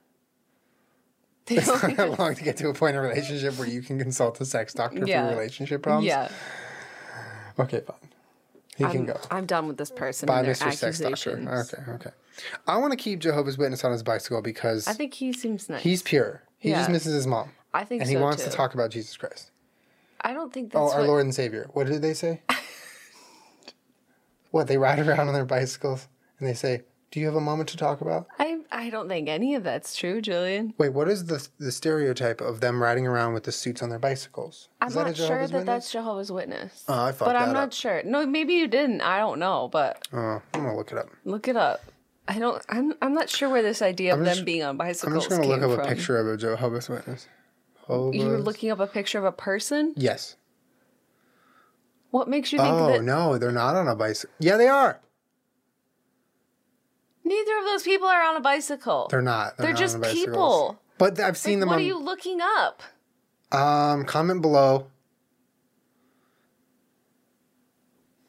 [SPEAKER 2] They
[SPEAKER 1] It's
[SPEAKER 2] don't-
[SPEAKER 1] not that long to get to a point in a relationship where you can consult a sex doctor for
[SPEAKER 2] Yeah.
[SPEAKER 1] your relationship problems.
[SPEAKER 2] yeah.
[SPEAKER 1] Okay, fine. He can
[SPEAKER 2] I'm,
[SPEAKER 1] go.
[SPEAKER 2] I'm done with this person
[SPEAKER 1] Bye,
[SPEAKER 2] and their
[SPEAKER 1] Mr. Sex Doctor.
[SPEAKER 2] accusations.
[SPEAKER 1] Okay, okay. I want to keep Jehovah's Witness on his bicycle because
[SPEAKER 2] I think he seems nice.
[SPEAKER 1] he's pure. He just
[SPEAKER 2] Yeah.
[SPEAKER 1] misses his mom.
[SPEAKER 2] I think
[SPEAKER 1] And
[SPEAKER 2] so
[SPEAKER 1] he wants
[SPEAKER 2] too.
[SPEAKER 1] to talk about Jesus Christ.
[SPEAKER 2] I don't think
[SPEAKER 1] Oh,
[SPEAKER 2] that's
[SPEAKER 1] our
[SPEAKER 2] what
[SPEAKER 1] Lord and Savior. What did they say? what, they ride around on their bicycles and they say, Do you have a moment to talk about?
[SPEAKER 2] I I don't think any of that's true, Julian.
[SPEAKER 1] Wait, what is the the stereotype of them riding around with the suits on their bicycles?
[SPEAKER 2] I'm
[SPEAKER 1] is that a
[SPEAKER 2] not sure
[SPEAKER 1] Jehovah's
[SPEAKER 2] that
[SPEAKER 1] Witness?
[SPEAKER 2] that's Jehovah's Witness.
[SPEAKER 1] Oh, I fucked
[SPEAKER 2] but I'm
[SPEAKER 1] that
[SPEAKER 2] not
[SPEAKER 1] up.
[SPEAKER 2] sure. No, maybe you didn't. I don't know, but
[SPEAKER 1] Oh, I'm gonna look it up.
[SPEAKER 2] look it up. I don't I'm I'm not sure where this idea of
[SPEAKER 1] just-
[SPEAKER 2] them being on bicycles
[SPEAKER 1] I'm just gonna look
[SPEAKER 2] came
[SPEAKER 1] up
[SPEAKER 2] from.
[SPEAKER 1] a picture of a Jehovah's Witness.
[SPEAKER 2] You were
[SPEAKER 1] Jehovah's-
[SPEAKER 2] looking up a picture of a person?
[SPEAKER 1] Yes.
[SPEAKER 2] What makes you think
[SPEAKER 1] Oh
[SPEAKER 2] that
[SPEAKER 1] no, they're not on a bicycle. Yeah, they are.
[SPEAKER 2] neither of those people are on a bicycle?
[SPEAKER 1] They're not.
[SPEAKER 2] They're
[SPEAKER 1] not
[SPEAKER 2] just
[SPEAKER 1] on bicycles.
[SPEAKER 2] people.
[SPEAKER 1] But I've seen them
[SPEAKER 2] what
[SPEAKER 1] on.
[SPEAKER 2] are you looking up?
[SPEAKER 1] Um, comment below.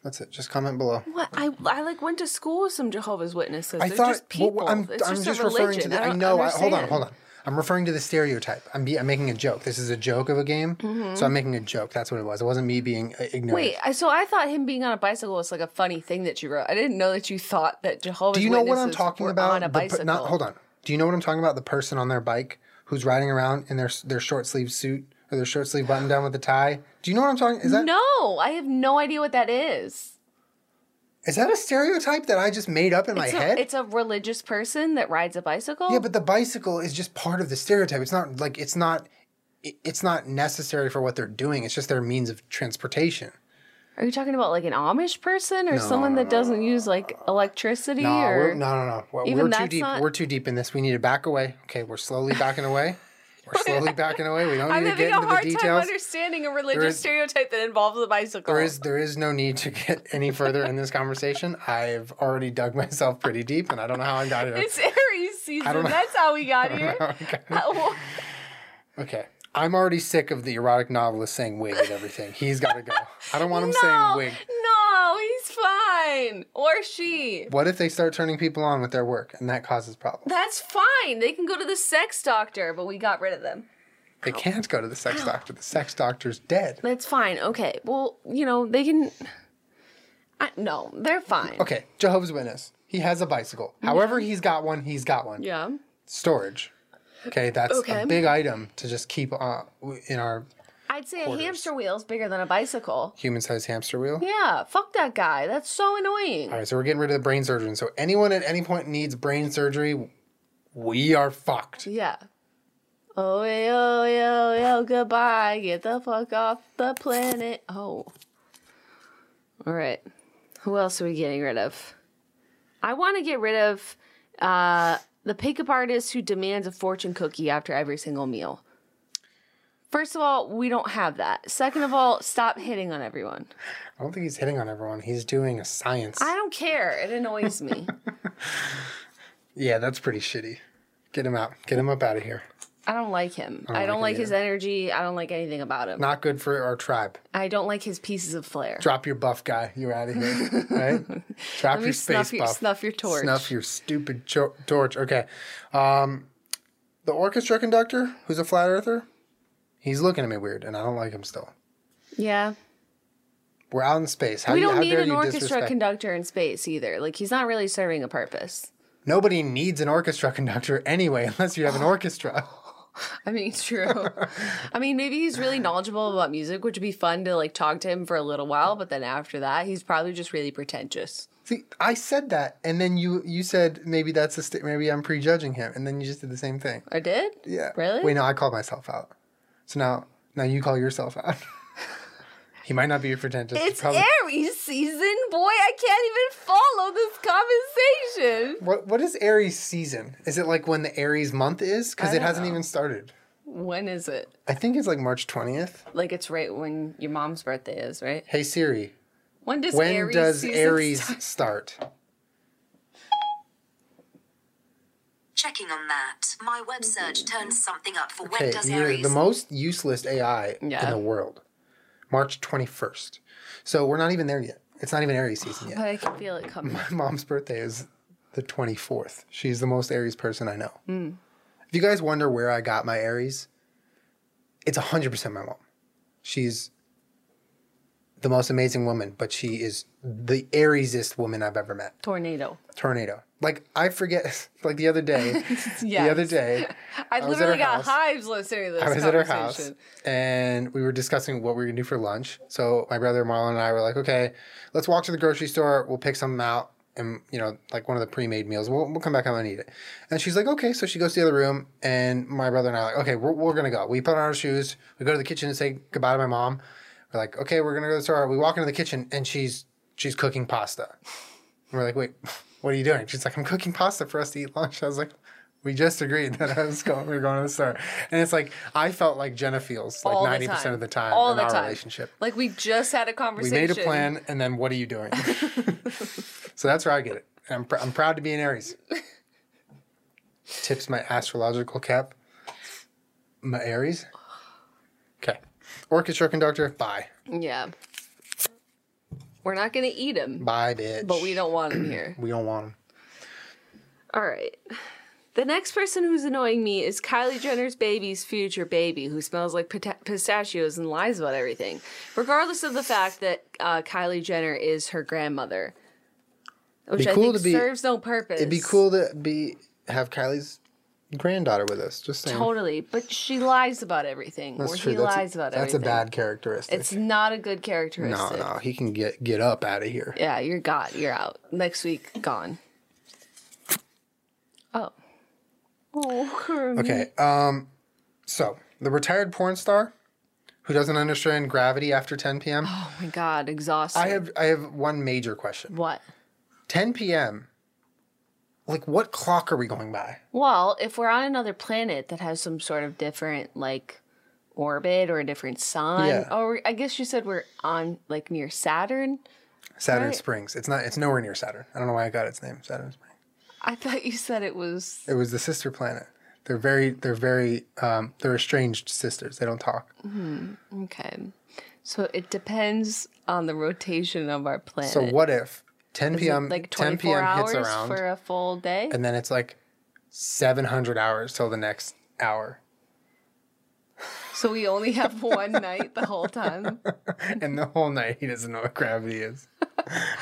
[SPEAKER 1] That's it. Just comment below.
[SPEAKER 2] What I I like went to school with some Jehovah's Witnesses.
[SPEAKER 1] I
[SPEAKER 2] They're
[SPEAKER 1] thought
[SPEAKER 2] just people.
[SPEAKER 1] Well, I'm,
[SPEAKER 2] it's
[SPEAKER 1] I'm
[SPEAKER 2] just,
[SPEAKER 1] just
[SPEAKER 2] a
[SPEAKER 1] referring
[SPEAKER 2] religion.
[SPEAKER 1] to the.
[SPEAKER 2] I,
[SPEAKER 1] I,
[SPEAKER 2] don't
[SPEAKER 1] know. I, hold on,
[SPEAKER 2] understand.
[SPEAKER 1] hold on. I'm referring to the stereotype. I'm, be, I'm making a joke. This is a joke of a game, so I'm making a joke. That's what it was. It wasn't me being uh, ignorant.
[SPEAKER 2] Mm-hmm. Wait, I, so I thought him being on a bicycle was like a funny thing that you wrote. I didn't know that you thought that Jehovah's
[SPEAKER 1] Do you know what
[SPEAKER 2] Witnesses
[SPEAKER 1] I'm talking
[SPEAKER 2] were
[SPEAKER 1] about?
[SPEAKER 2] on a
[SPEAKER 1] The per-
[SPEAKER 2] bicycle.
[SPEAKER 1] not, hold on. Do you know what I'm talking about? The person on their bike who's riding around in their their short sleeve suit or their short sleeve button down with the tie. Do you know what I'm talking? Is that is
[SPEAKER 2] No, I have no idea what that is.
[SPEAKER 1] that a stereotype that I just made up in my
[SPEAKER 2] It's
[SPEAKER 1] head?
[SPEAKER 2] a, it's a religious person that rides a bicycle.
[SPEAKER 1] yeah, but the bicycle is just part of the stereotype. It's not like it's not it- it's not necessary for what they're doing. It's just their means of transportation.
[SPEAKER 2] are you talking about like an Amish person or someone that doesn't use like electricity
[SPEAKER 1] No,
[SPEAKER 2] or
[SPEAKER 1] we're, no, no, no. We're,
[SPEAKER 2] Even
[SPEAKER 1] we're too
[SPEAKER 2] that's
[SPEAKER 1] deep.
[SPEAKER 2] not-
[SPEAKER 1] We're too deep in this. We need to back away. Okay, we're slowly backing away. We're slowly backing away. We don't
[SPEAKER 2] I'm
[SPEAKER 1] need to get
[SPEAKER 2] having
[SPEAKER 1] into
[SPEAKER 2] a
[SPEAKER 1] the
[SPEAKER 2] hard time
[SPEAKER 1] details.
[SPEAKER 2] understanding a religious
[SPEAKER 1] is-
[SPEAKER 2] stereotype that involves a bicycle.
[SPEAKER 1] There is there is no need to get any further in this conversation. I've already dug myself pretty deep, and I don't know how I got here.
[SPEAKER 2] it's Aries season.
[SPEAKER 1] know.
[SPEAKER 2] That's how we got here.
[SPEAKER 1] okay.
[SPEAKER 2] Uh,
[SPEAKER 1] okay, I'm already sick of the erotic novelist saying wig and everything. He's got to go. I don't want him
[SPEAKER 2] no,
[SPEAKER 1] saying wig.
[SPEAKER 2] no, he's fine or she.
[SPEAKER 1] What if they start turning people on with their work, and that causes problems?
[SPEAKER 2] That's fine. They can go to the sex doctor, but we got rid of them.
[SPEAKER 1] They can't go to the sex doctor. The sex doctor's dead.
[SPEAKER 2] That's fine. Okay. Well, you know they can. I, no, they're fine.
[SPEAKER 1] Okay, Jehovah's Witness. He has a bicycle. However, he's got one. He's got one.
[SPEAKER 2] Yeah.
[SPEAKER 1] Storage. Okay, that's
[SPEAKER 2] Okay.
[SPEAKER 1] a big item to just keep uh, in our
[SPEAKER 2] I'd say a hamster wheel is bigger than a bicycle.
[SPEAKER 1] human-sized hamster wheel.
[SPEAKER 2] Yeah. Fuck that guy. That's so annoying.
[SPEAKER 1] All right, so we're getting rid of the brain surgeon. So anyone at any point needs brain surgery, we are fucked.
[SPEAKER 2] Yeah. Oh yo yo yo goodbye. Get the fuck off the planet. Oh. All right. Who else are we getting rid of? I want to get rid of uh, the pickup artist who demands a fortune cookie after every single meal. First of all, we don't have that. Second of all, stop hitting on everyone.
[SPEAKER 1] I don't think he's hitting on everyone. He's doing a science.
[SPEAKER 2] I don't care. It annoys me.
[SPEAKER 1] Yeah, that's pretty shitty. Get him out. Get him up out of here.
[SPEAKER 2] I don't like him. I don't,
[SPEAKER 1] him
[SPEAKER 2] like his energy. I don't like anything about him.
[SPEAKER 1] Not good for our tribe.
[SPEAKER 2] I don't like his pieces of flair.
[SPEAKER 1] Drop your buff guy. You're out of here. Right? Drop
[SPEAKER 2] Let
[SPEAKER 1] your
[SPEAKER 2] me
[SPEAKER 1] space
[SPEAKER 2] snuff your,
[SPEAKER 1] buff.
[SPEAKER 2] snuff your torch.
[SPEAKER 1] Snuff your stupid cho- torch. Okay. Um, the orchestra conductor, who's a flat earther, he's looking at me weird, and I don't like him still.
[SPEAKER 2] Yeah.
[SPEAKER 1] We're out in space. How
[SPEAKER 2] We
[SPEAKER 1] you,
[SPEAKER 2] don't
[SPEAKER 1] how
[SPEAKER 2] need
[SPEAKER 1] dare
[SPEAKER 2] an
[SPEAKER 1] you
[SPEAKER 2] orchestra
[SPEAKER 1] disrespect-
[SPEAKER 2] conductor in space either. Like he's not really serving a purpose. Oh.
[SPEAKER 1] Nobody needs an orchestra conductor anyway, unless you have an orchestra.
[SPEAKER 2] I mean, it's true. I mean, maybe he's really knowledgeable about music, which would be fun to like talk to him for a little while. But then after that, he's probably just really pretentious.
[SPEAKER 1] See, I said that, and then you you said maybe that's a st- maybe I'm prejudging him, and then you just did the same thing.
[SPEAKER 2] I did.
[SPEAKER 1] Yeah.
[SPEAKER 2] Really?
[SPEAKER 1] Wait, no, I called myself out. So now now you call yourself out. he might not be pretentious.
[SPEAKER 2] It's
[SPEAKER 1] probably-
[SPEAKER 2] Aries season, boy. I can't even follow this conversation.
[SPEAKER 1] What what is Aries season? Is it like when the Aries month is? Because
[SPEAKER 2] I
[SPEAKER 1] it
[SPEAKER 2] don't
[SPEAKER 1] hasn't
[SPEAKER 2] know.
[SPEAKER 1] even started.
[SPEAKER 2] When is it?
[SPEAKER 1] I think it's like March twentieth.
[SPEAKER 2] Like it's right when your mom's birthday is, right?
[SPEAKER 1] Hey Siri,
[SPEAKER 2] When does
[SPEAKER 1] when
[SPEAKER 2] Aries
[SPEAKER 1] does
[SPEAKER 2] season
[SPEAKER 1] Aries
[SPEAKER 2] start?
[SPEAKER 1] start?
[SPEAKER 3] Checking on that. My web search turns something up for when
[SPEAKER 1] Mm-hmm. Okay,
[SPEAKER 3] does
[SPEAKER 1] you're
[SPEAKER 3] Aries.
[SPEAKER 1] the most useless AI in
[SPEAKER 2] Yeah.
[SPEAKER 1] the world. March twenty first. So we're not even there yet. It's not even Aries season yet.
[SPEAKER 2] But I can feel it coming.
[SPEAKER 1] My mom's birthday is the 24th. She's the most Aries person I know. If you guys wonder where I got my Aries, it's 100% my mom. She's the most amazing woman, but she is the Ariesest woman I've ever met.
[SPEAKER 2] Tornado.
[SPEAKER 1] Tornado. Like, I forget, like the other day, the other
[SPEAKER 2] Yes.
[SPEAKER 1] day,
[SPEAKER 2] I,
[SPEAKER 1] was at
[SPEAKER 2] literally
[SPEAKER 1] her
[SPEAKER 2] got
[SPEAKER 1] house.
[SPEAKER 2] hives listening to this
[SPEAKER 1] I was at her
[SPEAKER 2] conversation.
[SPEAKER 1] house and we were discussing what we were gonna do for lunch. So my brother Marlon and I were like, okay, let's walk to the grocery store. We'll pick something out and you know, like one of the pre-made meals. We'll, we'll come back home and eat it. And she's like, okay. So she goes to the other room and my brother and I are like, okay, we're, we're gonna go. We put on our shoes. We go to the kitchen and say goodbye to my mom. We're like, okay, we're gonna go to the store. We walk into the kitchen and she's she's cooking pasta. And we're like, wait, what are you doing? She's like, I'm cooking pasta for us to eat lunch. I was like, we just agreed that I was going, we were going to the store. And it's like, I felt like Jenna feels like
[SPEAKER 2] All the
[SPEAKER 1] 90%
[SPEAKER 2] time.
[SPEAKER 1] of the time
[SPEAKER 2] All
[SPEAKER 1] in
[SPEAKER 2] the
[SPEAKER 1] our
[SPEAKER 2] time.
[SPEAKER 1] relationship.
[SPEAKER 2] Like we just had a
[SPEAKER 1] We
[SPEAKER 2] conversation.
[SPEAKER 1] made a plan, and then what are you doing? so that's where I get it. And I'm, pr- I'm proud to be an Aries. Tips my astrological cap. My Aries. Okay. Orchestra conductor, bye.
[SPEAKER 2] Yeah. We're not gonna eat him,
[SPEAKER 1] Bye, bitch.
[SPEAKER 2] but we don't want him here.
[SPEAKER 1] We don't want him.
[SPEAKER 2] All right. The next person who's annoying me is Kylie Jenner's baby's future baby, who smells like pita- pistachios and lies about everything, regardless of the fact that uh, Kylie Jenner is her grandmother, which
[SPEAKER 1] Be
[SPEAKER 2] I
[SPEAKER 1] cool
[SPEAKER 2] think
[SPEAKER 1] to be-
[SPEAKER 2] serves no purpose.
[SPEAKER 1] It'd be cool to be have Kylie's granddaughter with us. Just saying.
[SPEAKER 2] Totally, but she lies about everything, or he
[SPEAKER 1] That's a-
[SPEAKER 2] lies about
[SPEAKER 1] That's
[SPEAKER 2] everything.
[SPEAKER 1] a bad characteristic.
[SPEAKER 2] It's not a good
[SPEAKER 1] no,
[SPEAKER 2] characteristic.
[SPEAKER 1] no, he can get get up out of here.
[SPEAKER 2] Yeah, you're got. You're out. Next week, gone. Oh. Oh, Kermit.
[SPEAKER 1] Okay. Um, so the retired porn star who doesn't understand gravity after 10 p.m.
[SPEAKER 2] Oh my God, exhausted.
[SPEAKER 1] I have I have one major question.
[SPEAKER 2] what?
[SPEAKER 1] 10 p.m. Like what clock are we going by?
[SPEAKER 2] Well, if we're on another planet that has some sort of different like orbit or a different sun,
[SPEAKER 1] Yeah.
[SPEAKER 2] or I guess you said we're on like near Saturn.
[SPEAKER 1] Saturn
[SPEAKER 2] Right.
[SPEAKER 1] Springs. It's not. It's nowhere near Saturn. I don't know why I got its name. Saturn Springs.
[SPEAKER 2] I thought you said it was.
[SPEAKER 1] It was the sister planet. They're very. They're very. Um, they're estranged sisters. They don't talk.
[SPEAKER 2] Okay. So it depends on the rotation of our planet.
[SPEAKER 1] So what if 10 p.m.
[SPEAKER 2] like
[SPEAKER 1] 10
[SPEAKER 2] 24
[SPEAKER 1] p.m.
[SPEAKER 2] hours
[SPEAKER 1] hits around
[SPEAKER 2] for a full day?
[SPEAKER 1] and then it's like 700 hours till the next hour.
[SPEAKER 2] So we only have one night the whole time.
[SPEAKER 1] And the whole night he doesn't know what gravity is.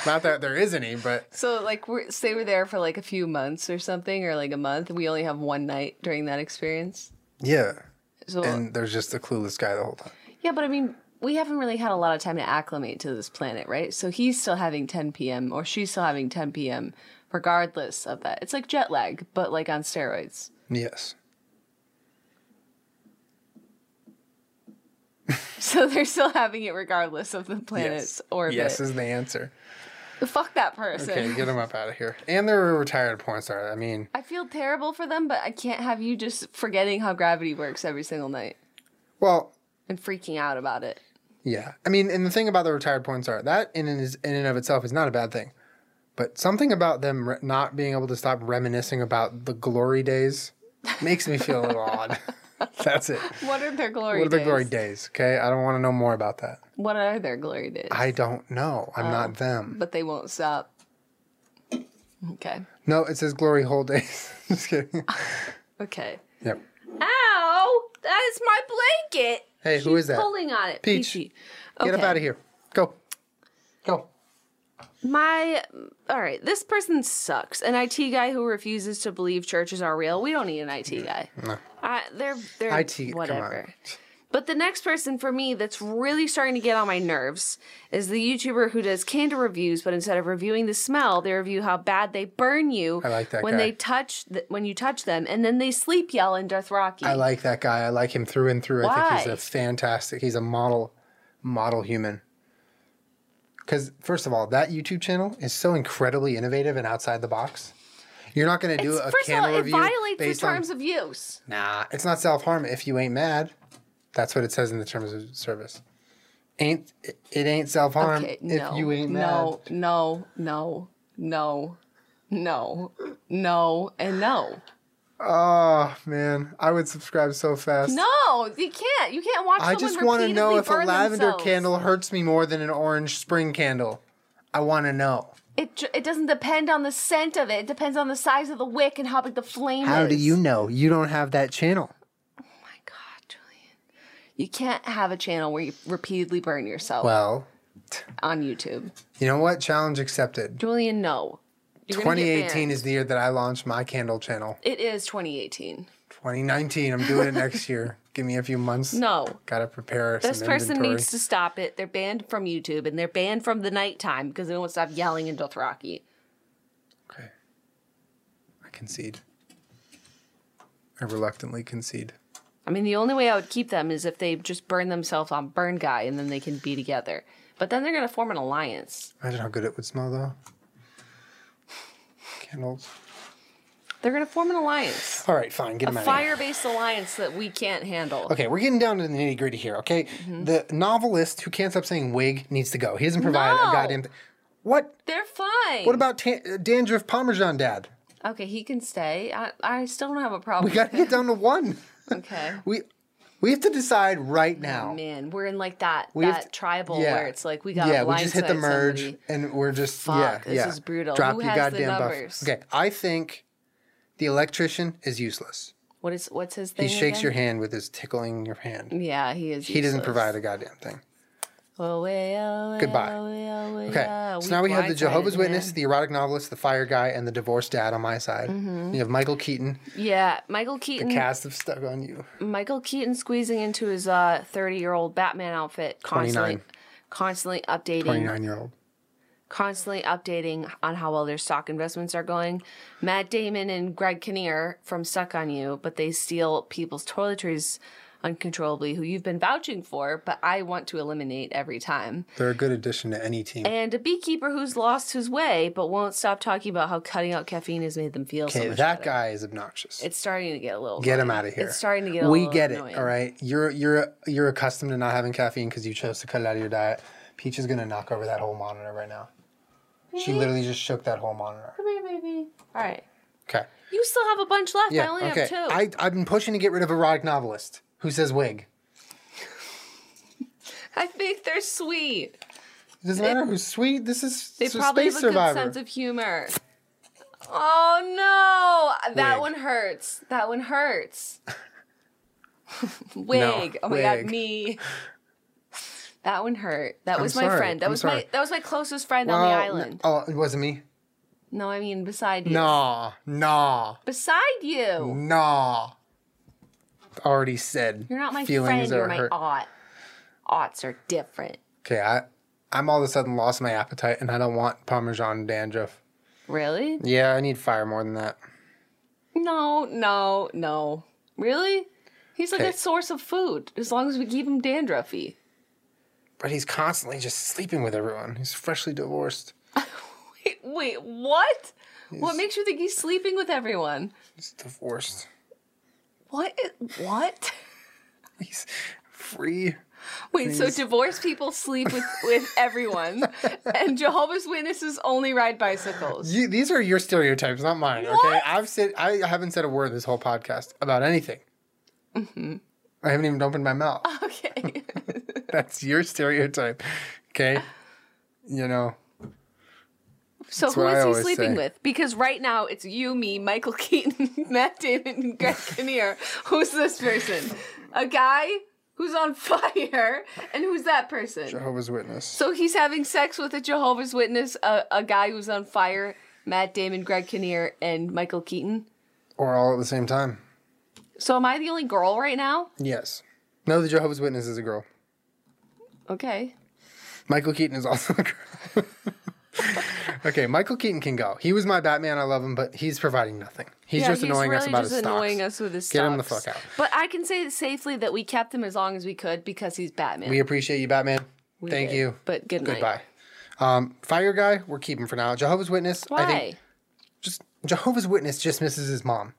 [SPEAKER 1] Not that there is any, but
[SPEAKER 2] So like we're say we're there for like a few months or something or like a month. We only have one night during that experience.
[SPEAKER 1] yeah.
[SPEAKER 2] So
[SPEAKER 1] And there's just a clueless guy the whole time.
[SPEAKER 2] yeah, but I mean we haven't really had a lot of time to acclimate to this planet, right? So he's still having 10 p.m. or she's still having 10 p.m. regardless of that. It's like jet lag, but like on steroids.
[SPEAKER 1] Yes.
[SPEAKER 2] So they're still having it regardless of the planet's orbit.
[SPEAKER 1] Yes is the answer.
[SPEAKER 2] Fuck that person.
[SPEAKER 1] Okay, get him up out of here. And they're a retired porn star. I mean,
[SPEAKER 2] I feel terrible for them, but I can't have you just forgetting how gravity works every single night
[SPEAKER 1] well,
[SPEAKER 2] and freaking out about it.
[SPEAKER 1] yeah. I mean, and the thing about the retired porn star, that in and, is, in and of itself is not a bad thing. But something about them re- not being able to stop reminiscing about the glory days makes me feel a little odd. That's it.
[SPEAKER 2] What are their glory
[SPEAKER 1] What are the
[SPEAKER 2] days?
[SPEAKER 1] glory days? Okay, I don't want to know more about that.
[SPEAKER 2] What are their glory days?
[SPEAKER 1] I don't know. I'm not them.
[SPEAKER 2] but they won't stop. Okay.
[SPEAKER 1] No, it says glory hole days. Just kidding.
[SPEAKER 2] Okay.
[SPEAKER 1] Yep.
[SPEAKER 2] Ow! That is my blanket.
[SPEAKER 1] Hey, who
[SPEAKER 2] Keep
[SPEAKER 1] is that?
[SPEAKER 2] Pulling on it.
[SPEAKER 1] Peach.
[SPEAKER 2] Peachy.
[SPEAKER 1] Get up
[SPEAKER 2] Okay.
[SPEAKER 1] out of here. Go. Go.
[SPEAKER 2] My, all right, this person sucks. An IT guy who refuses to believe churches are real. We don't need an IT guy. No. I, they're, they're,
[SPEAKER 1] IT, come on.
[SPEAKER 2] whatever. But the next person for me that's really starting to get on my nerves is the YouTuber who does candle reviews, but instead of reviewing the smell, they review how bad they burn you
[SPEAKER 1] I like that
[SPEAKER 2] when
[SPEAKER 1] guy.
[SPEAKER 2] they touch th- when you touch them, and then they sleep yell in Dothraki.
[SPEAKER 1] I like that guy. I like him through and through. I think he's
[SPEAKER 2] Why?
[SPEAKER 1] a fantastic. He's a model, model human. Because first of all, that YouTube channel is so incredibly innovative and outside the box. You're not going to do
[SPEAKER 2] It's-
[SPEAKER 1] a
[SPEAKER 2] First of
[SPEAKER 1] candle
[SPEAKER 2] all, it
[SPEAKER 1] review
[SPEAKER 2] violates
[SPEAKER 1] based
[SPEAKER 2] the terms
[SPEAKER 1] on
[SPEAKER 2] of use.
[SPEAKER 1] nah. It's not self harm if you ain't mad. That's what it says in the terms of service. Ain't it ain't self harm
[SPEAKER 2] Okay,
[SPEAKER 1] if you ain't mad.
[SPEAKER 2] no, no, no, no, no, no, and no.
[SPEAKER 1] Oh man, I would subscribe so fast.
[SPEAKER 2] No, you can't. You can't watch.
[SPEAKER 1] I
[SPEAKER 2] someone
[SPEAKER 1] just want to know
[SPEAKER 2] repeatedly
[SPEAKER 1] if a
[SPEAKER 2] burn
[SPEAKER 1] lavender
[SPEAKER 2] themselves.
[SPEAKER 1] candle hurts me more than an orange spring candle. I want to know.
[SPEAKER 2] It ju- it doesn't depend on the scent of it. It depends on the size of the wick and how big the flame
[SPEAKER 1] How
[SPEAKER 2] is.
[SPEAKER 1] do you know? You don't have that channel.
[SPEAKER 2] Oh my God, Julian, you can't have a channel where you repeatedly burn yourself
[SPEAKER 1] Well,
[SPEAKER 2] on YouTube.
[SPEAKER 1] you know what? Challenge accepted.
[SPEAKER 2] Julian, no. You're gonna get
[SPEAKER 1] 2018
[SPEAKER 2] banned.
[SPEAKER 1] is the year that I launched my candle channel.
[SPEAKER 2] It is 2018.
[SPEAKER 1] 2019, I'm doing it next year. Give me a few months.
[SPEAKER 2] No.
[SPEAKER 1] Gotta prepare
[SPEAKER 2] This
[SPEAKER 1] some
[SPEAKER 2] person
[SPEAKER 1] inventory.
[SPEAKER 2] needs to stop it. They're banned from YouTube and they're banned from the nighttime because they won't stop yelling in Dothraki.
[SPEAKER 1] Okay. I concede. I reluctantly concede.
[SPEAKER 2] I mean, the only way I would keep them is if they just burn themselves on Burn Guy and then they can be together. But then they're going to form an alliance.
[SPEAKER 1] Imagine how good it would smell, though. Candles.
[SPEAKER 2] They're going to form an alliance.
[SPEAKER 1] All right, fine. Get them out of here.
[SPEAKER 2] Fire based alliance that we can't handle.
[SPEAKER 1] Okay, we're getting down to the nitty gritty here. Okay,
[SPEAKER 2] Mm-hmm.
[SPEAKER 1] the novelist who can't stop saying wig needs to go. He doesn't provide a
[SPEAKER 2] No.
[SPEAKER 1] goddamn. Th- what?
[SPEAKER 2] They're fine.
[SPEAKER 1] What about tan- uh, dandruff Parmesan Dad?
[SPEAKER 2] Okay, he can stay. I, I still don't have a problem.
[SPEAKER 1] We gotta get down to one.
[SPEAKER 2] okay.
[SPEAKER 1] We we have to decide right now.
[SPEAKER 2] Man, we're in like that
[SPEAKER 1] We have
[SPEAKER 2] that
[SPEAKER 1] to-
[SPEAKER 2] tribal
[SPEAKER 1] yeah.
[SPEAKER 2] where it's like we got
[SPEAKER 1] yeah, we just hit the merge and we're just yeah
[SPEAKER 2] Fuck, this
[SPEAKER 1] yeah.
[SPEAKER 2] is brutal.
[SPEAKER 1] Drop
[SPEAKER 2] Who
[SPEAKER 1] your
[SPEAKER 2] has the
[SPEAKER 1] goddamn
[SPEAKER 2] numbers?
[SPEAKER 1] buffers. Okay, I think the electrician is useless.
[SPEAKER 2] What is what's his
[SPEAKER 1] He
[SPEAKER 2] thing?
[SPEAKER 1] shakes your
[SPEAKER 2] again?
[SPEAKER 1] hand with his tickling your hand.
[SPEAKER 2] Yeah, he is.
[SPEAKER 1] He doesn't provide a goddamn thing. Goodbye. Okay. so now we have the Jehovah's Witness, the erotic novelist, the fire guy, and the divorced dad on my side.
[SPEAKER 2] Mm-hmm.
[SPEAKER 1] You have Michael Keaton,
[SPEAKER 2] Yeah, Michael Keaton.
[SPEAKER 1] cast of Stuck on You.
[SPEAKER 2] Michael Keaton squeezing into his uh 30 year old Batman outfit constantly,
[SPEAKER 1] 29.
[SPEAKER 2] constantly updating,
[SPEAKER 1] 29 year old.
[SPEAKER 2] constantly updating on how well their stock investments are going. Matt Damon and Greg Kinnear from Stuck on You, but they steal people's toiletries uncontrollably, who you've been vouching for, but I want to eliminate every time.
[SPEAKER 1] They're a good addition to any team.
[SPEAKER 2] And a beekeeper who's lost his way, but won't stop talking about how cutting out caffeine has made them feel
[SPEAKER 1] Okay,
[SPEAKER 2] so much
[SPEAKER 1] that
[SPEAKER 2] better.
[SPEAKER 1] guy is obnoxious.
[SPEAKER 2] It's starting to get a little.
[SPEAKER 1] get him
[SPEAKER 2] annoying.
[SPEAKER 1] out of here.
[SPEAKER 2] It's starting to get. A
[SPEAKER 1] we
[SPEAKER 2] little
[SPEAKER 1] get it.
[SPEAKER 2] annoying.
[SPEAKER 1] All right, you're you're you're accustomed to not having caffeine because you chose to cut it out of your diet. Peach is gonna knock over that whole monitor right now. She literally just shook that whole monitor.
[SPEAKER 2] Come here, baby. All right.
[SPEAKER 1] Okay.
[SPEAKER 2] You still have a bunch left. I
[SPEAKER 1] Yeah.
[SPEAKER 2] only
[SPEAKER 1] okay.
[SPEAKER 2] have two.
[SPEAKER 1] I I've been pushing to get rid of erotic novelist who says wig.
[SPEAKER 2] I think they're sweet.
[SPEAKER 1] It doesn't matter who's sweet. This is
[SPEAKER 2] They
[SPEAKER 1] s-
[SPEAKER 2] probably
[SPEAKER 1] space
[SPEAKER 2] have a
[SPEAKER 1] survivor.
[SPEAKER 2] good sense of humor. Oh no, that
[SPEAKER 1] Wig.
[SPEAKER 2] one hurts. That one hurts. wig. oh my god,
[SPEAKER 1] wig.
[SPEAKER 2] me. That one hurt. That was my
[SPEAKER 1] sorry.
[SPEAKER 2] friend. That
[SPEAKER 1] I'm
[SPEAKER 2] was my
[SPEAKER 1] sorry.
[SPEAKER 2] that was my closest friend on the
[SPEAKER 1] Well,
[SPEAKER 2] island.
[SPEAKER 1] n- oh, it wasn't me.
[SPEAKER 2] No, I mean beside you.
[SPEAKER 1] Nah, nah,
[SPEAKER 2] Beside you.
[SPEAKER 1] nah. Already said.
[SPEAKER 2] You're not my
[SPEAKER 1] feelings
[SPEAKER 2] friend, you're
[SPEAKER 1] are
[SPEAKER 2] my
[SPEAKER 1] hurt.
[SPEAKER 2] aunt. Aughts are different.
[SPEAKER 1] Okay, I, I'm all of a sudden lost my appetite, and I don't want Parmesan dandruff.
[SPEAKER 2] Really?
[SPEAKER 1] Yeah, I need fire more than that.
[SPEAKER 2] No, no, no. Really? He's like a
[SPEAKER 1] Okay.
[SPEAKER 2] source of food as long as we keep him dandruffy.
[SPEAKER 1] But he's constantly just sleeping with everyone. He's freshly divorced.
[SPEAKER 2] Wait, wait what? What makes you think he's sleeping with everyone?
[SPEAKER 1] He's divorced.
[SPEAKER 2] What? i- What?
[SPEAKER 1] He's free.
[SPEAKER 2] Wait, so divorced people sleep with, with everyone, and Jehovah's Witnesses only ride bicycles.
[SPEAKER 1] You, these are your stereotypes, not mine. Okay,
[SPEAKER 2] What?
[SPEAKER 1] I've said I haven't said a word this whole podcast about anything.
[SPEAKER 2] Mm-hmm.
[SPEAKER 1] I haven't even opened my mouth.
[SPEAKER 2] Okay.
[SPEAKER 1] That's your stereotype. Okay. You know,
[SPEAKER 2] So who
[SPEAKER 1] what I
[SPEAKER 2] is he
[SPEAKER 1] always
[SPEAKER 2] sleeping
[SPEAKER 1] say.
[SPEAKER 2] with? Because right now it's you, me, Michael Keaton, Matt Damon, and Greg Kinnear. Who's this person? A guy who's on fire, and who's that person?
[SPEAKER 1] Jehovah's Witness.
[SPEAKER 2] So he's having sex with a Jehovah's Witness, a, a guy who's on fire, Matt Damon, Greg Kinnear, and Michael Keaton.
[SPEAKER 1] or all at the same time.
[SPEAKER 2] So am I the only girl right now?
[SPEAKER 1] Yes. No, the Jehovah's Witness is a girl.
[SPEAKER 2] Okay.
[SPEAKER 1] Michael Keaton is also a girl. okay, Michael Keaton can go. He was my Batman. I love him, but he's providing nothing. He's just annoying us about his stocks.
[SPEAKER 2] annoying us with his
[SPEAKER 1] Get him the
[SPEAKER 2] stocks.
[SPEAKER 1] fuck out.
[SPEAKER 2] But I can say safely that we kept him as long as we could because he's Batman.
[SPEAKER 1] We appreciate you, Batman.
[SPEAKER 2] We
[SPEAKER 1] Thank
[SPEAKER 2] did.
[SPEAKER 1] you.
[SPEAKER 2] But good night.
[SPEAKER 1] Goodbye. Um, fire guy, we're keeping for now. Jehovah's Witness.
[SPEAKER 2] Why?
[SPEAKER 1] I think just Jehovah's Witness just misses his mom.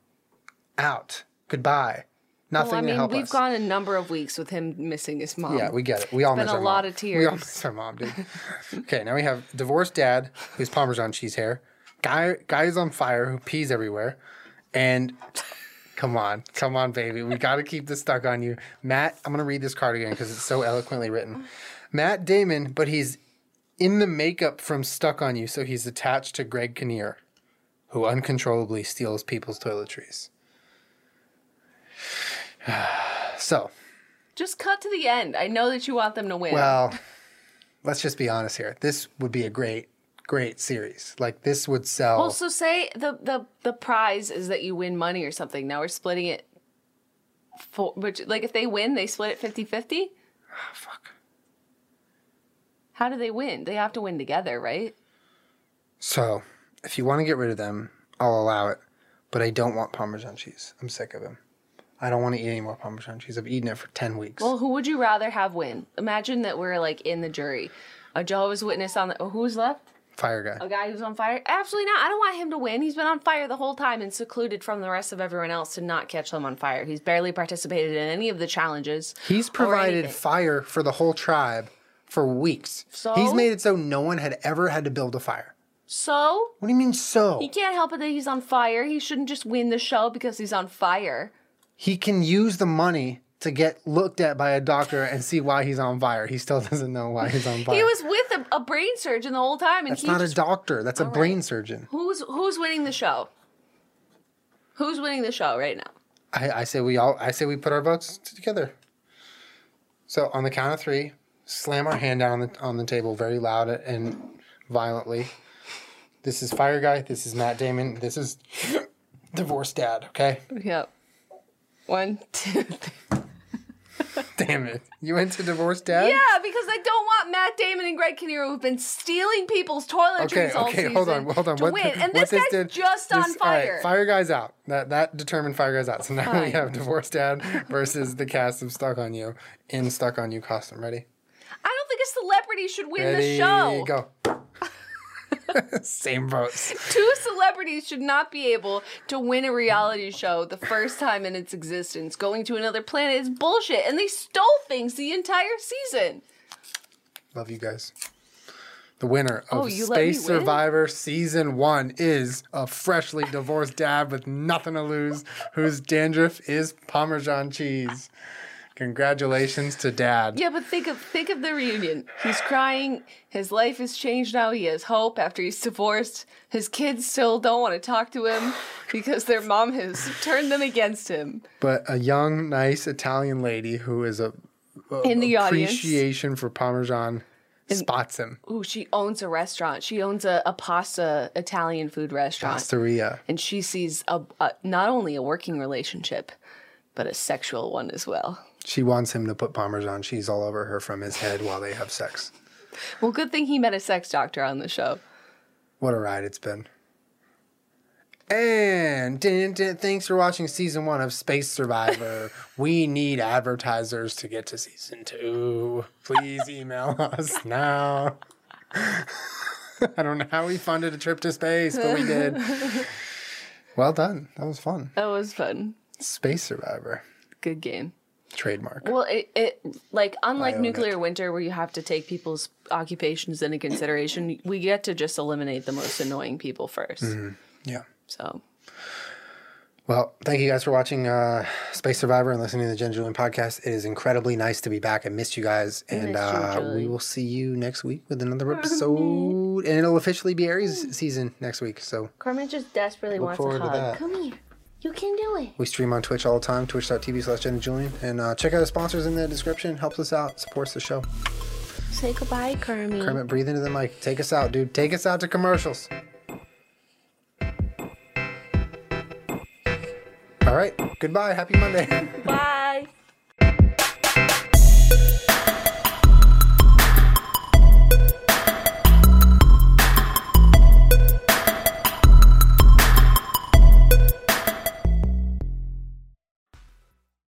[SPEAKER 1] Out. Goodbye. Nothing
[SPEAKER 2] well, I
[SPEAKER 1] to
[SPEAKER 2] mean,
[SPEAKER 1] help
[SPEAKER 2] we've
[SPEAKER 1] us.
[SPEAKER 2] gone a number of weeks with him missing his mom.
[SPEAKER 1] Yeah, we get it. We all
[SPEAKER 2] been
[SPEAKER 1] miss
[SPEAKER 2] a
[SPEAKER 1] our
[SPEAKER 2] lot
[SPEAKER 1] mom.
[SPEAKER 2] of
[SPEAKER 1] We all
[SPEAKER 2] tears.
[SPEAKER 1] miss our mom, dude. okay, now we have divorced dad who's Parmesan cheese hair, guy guy is on fire who pees everywhere, and come on, come on, baby, we got to keep this stuck on you, Matt. I'm gonna read this card again because it's so eloquently written. Matt Damon, but he's in the makeup from Stuck on You, so he's attached to Greg Kinnear, who uncontrollably steals people's toiletries. so.
[SPEAKER 2] Just cut to the end. I know that you want them to win.
[SPEAKER 1] Well, let's just be honest here. This would be a great, great series. Like this would sell.
[SPEAKER 2] also, say the, the the prize is that you win money or something. Now we're splitting it. For, which, like, if they win, they split it 50 50?
[SPEAKER 1] fuck.
[SPEAKER 2] How do they win? They have to win together, right?
[SPEAKER 1] So, if you want to get rid of them, I'll allow it. But I don't want Parmesan cheese. I'm sick of him. I don't want to eat any more Parmesan cheese. I've eaten it for ten weeks.
[SPEAKER 2] Well, who would you rather have win? Imagine that we're like in the jury. A Jehovah's Witness on the. Oh, who's left?
[SPEAKER 1] Fire guy.
[SPEAKER 2] A guy who's on fire? Absolutely not. I don't want him to win. He's been on fire the whole time and secluded from the rest of everyone else to not catch them on fire. He's barely participated in any of the challenges.
[SPEAKER 1] He's provided
[SPEAKER 2] anything.
[SPEAKER 1] fire for the whole tribe for weeks.
[SPEAKER 2] So?
[SPEAKER 1] He's made it so no one had ever had to build a fire.
[SPEAKER 2] So
[SPEAKER 1] What do you mean so?
[SPEAKER 2] he can't help it that he's on fire. He shouldn't just win the show because he's on fire.
[SPEAKER 1] he can use the money to get looked at by a doctor and see why he's on fire. He still doesn't know why he's on fire.
[SPEAKER 2] He was with a, a brain surgeon the whole time, and
[SPEAKER 1] That's
[SPEAKER 2] he
[SPEAKER 1] not
[SPEAKER 2] just,
[SPEAKER 1] a doctor. That's a brain surgeon.
[SPEAKER 2] who's who's winning the show? Who's winning the show right now?
[SPEAKER 1] I, I say we all. I say we put our votes together. So on the count of three, slam our hand down on the on the table very loud and violently. This is Fire Guy. This is Matt Damon. This is Divorced Dad. Okay.
[SPEAKER 2] Yep. One, two, three.
[SPEAKER 1] Damn it. You went to Divorced Dad.
[SPEAKER 2] Yeah, because I don't want Matt Damon and Greg Kinnear, who've been stealing people's toiletries
[SPEAKER 1] Okay,
[SPEAKER 2] all
[SPEAKER 1] okay,
[SPEAKER 2] season,
[SPEAKER 1] hold on, hold on.
[SPEAKER 2] to win. And
[SPEAKER 1] what
[SPEAKER 2] this guy's just
[SPEAKER 1] this-
[SPEAKER 2] on
[SPEAKER 1] all right,
[SPEAKER 2] fire.
[SPEAKER 1] fire guy's out. That that determined fire guy's out. So now we
[SPEAKER 2] Fine.
[SPEAKER 1] have divorced dad versus the cast of Stuck on You in Stuck on You costume. Ready?
[SPEAKER 2] I don't think a celebrity should win
[SPEAKER 1] Ready?
[SPEAKER 2] the show.
[SPEAKER 1] Go. Same votes.
[SPEAKER 2] Two celebrities should not be able to win a reality show the first time in its existence. Going to another planet is bullshit, and they stole things the entire season.
[SPEAKER 1] Love you guys. The winner of
[SPEAKER 2] Oh, you let me
[SPEAKER 1] Space
[SPEAKER 2] win?
[SPEAKER 1] Survivor Season 1 is a freshly divorced dad with nothing to lose whose dandruff is Parmesan cheese. Congratulations to dad.
[SPEAKER 2] Yeah, but think of think of the reunion. He's crying. His life has changed now. He has hope after he's divorced. His kids still don't want to talk to him because their mom has turned them against him.
[SPEAKER 1] but a young, nice Italian lady who is a, a-
[SPEAKER 2] In the audience.
[SPEAKER 1] appreciation for Parmesan spots him.
[SPEAKER 2] Ooh, she owns a restaurant. She owns a, a pasta Italian food restaurant,
[SPEAKER 1] Osteria.
[SPEAKER 2] and she sees a, a not only a working relationship, but a sexual one as well.
[SPEAKER 1] She wants him to put Parmesan cheese all over her from his head while they have sex.
[SPEAKER 2] Well, good thing he met a sex doctor on the show.
[SPEAKER 1] What a ride it's been. And din, din, thanks for watching season one of Space Survivor. we need advertisers to get to season two. Please email us now. I don't know how we funded a trip to space, but we did. well done. That was fun.
[SPEAKER 2] That was fun.
[SPEAKER 1] Space Survivor.
[SPEAKER 2] Good game.
[SPEAKER 1] Trademark.
[SPEAKER 2] Well, it, it like unlike
[SPEAKER 1] own
[SPEAKER 2] nuclear winter, where you have to take people's occupations into consideration, we get to just eliminate the most annoying people 1st
[SPEAKER 1] Yeah.
[SPEAKER 2] So
[SPEAKER 1] Well, thank you guys for watching uh, Space Survivor and listening to the Jen Julian podcast. It is incredibly nice to be back. I missed you guys, and
[SPEAKER 2] missed you,
[SPEAKER 1] uh, we
[SPEAKER 2] Julie.
[SPEAKER 1] will see you next week with another episode. and it'll officially be Aries season next week. So
[SPEAKER 2] Carmen just desperately
[SPEAKER 1] look forward to that.
[SPEAKER 2] Come here.
[SPEAKER 4] You can do it.
[SPEAKER 1] We stream on Twitch all the time, twitch.tv slash Jen and Julian. And uh, check out our sponsors in the description. Helps us out, supports the show.
[SPEAKER 4] Say goodbye, Kermit.
[SPEAKER 1] Kermit, breathe into the mic. Take us out, dude. Take us out to commercials. All right. Goodbye. Happy Monday.
[SPEAKER 2] Bye.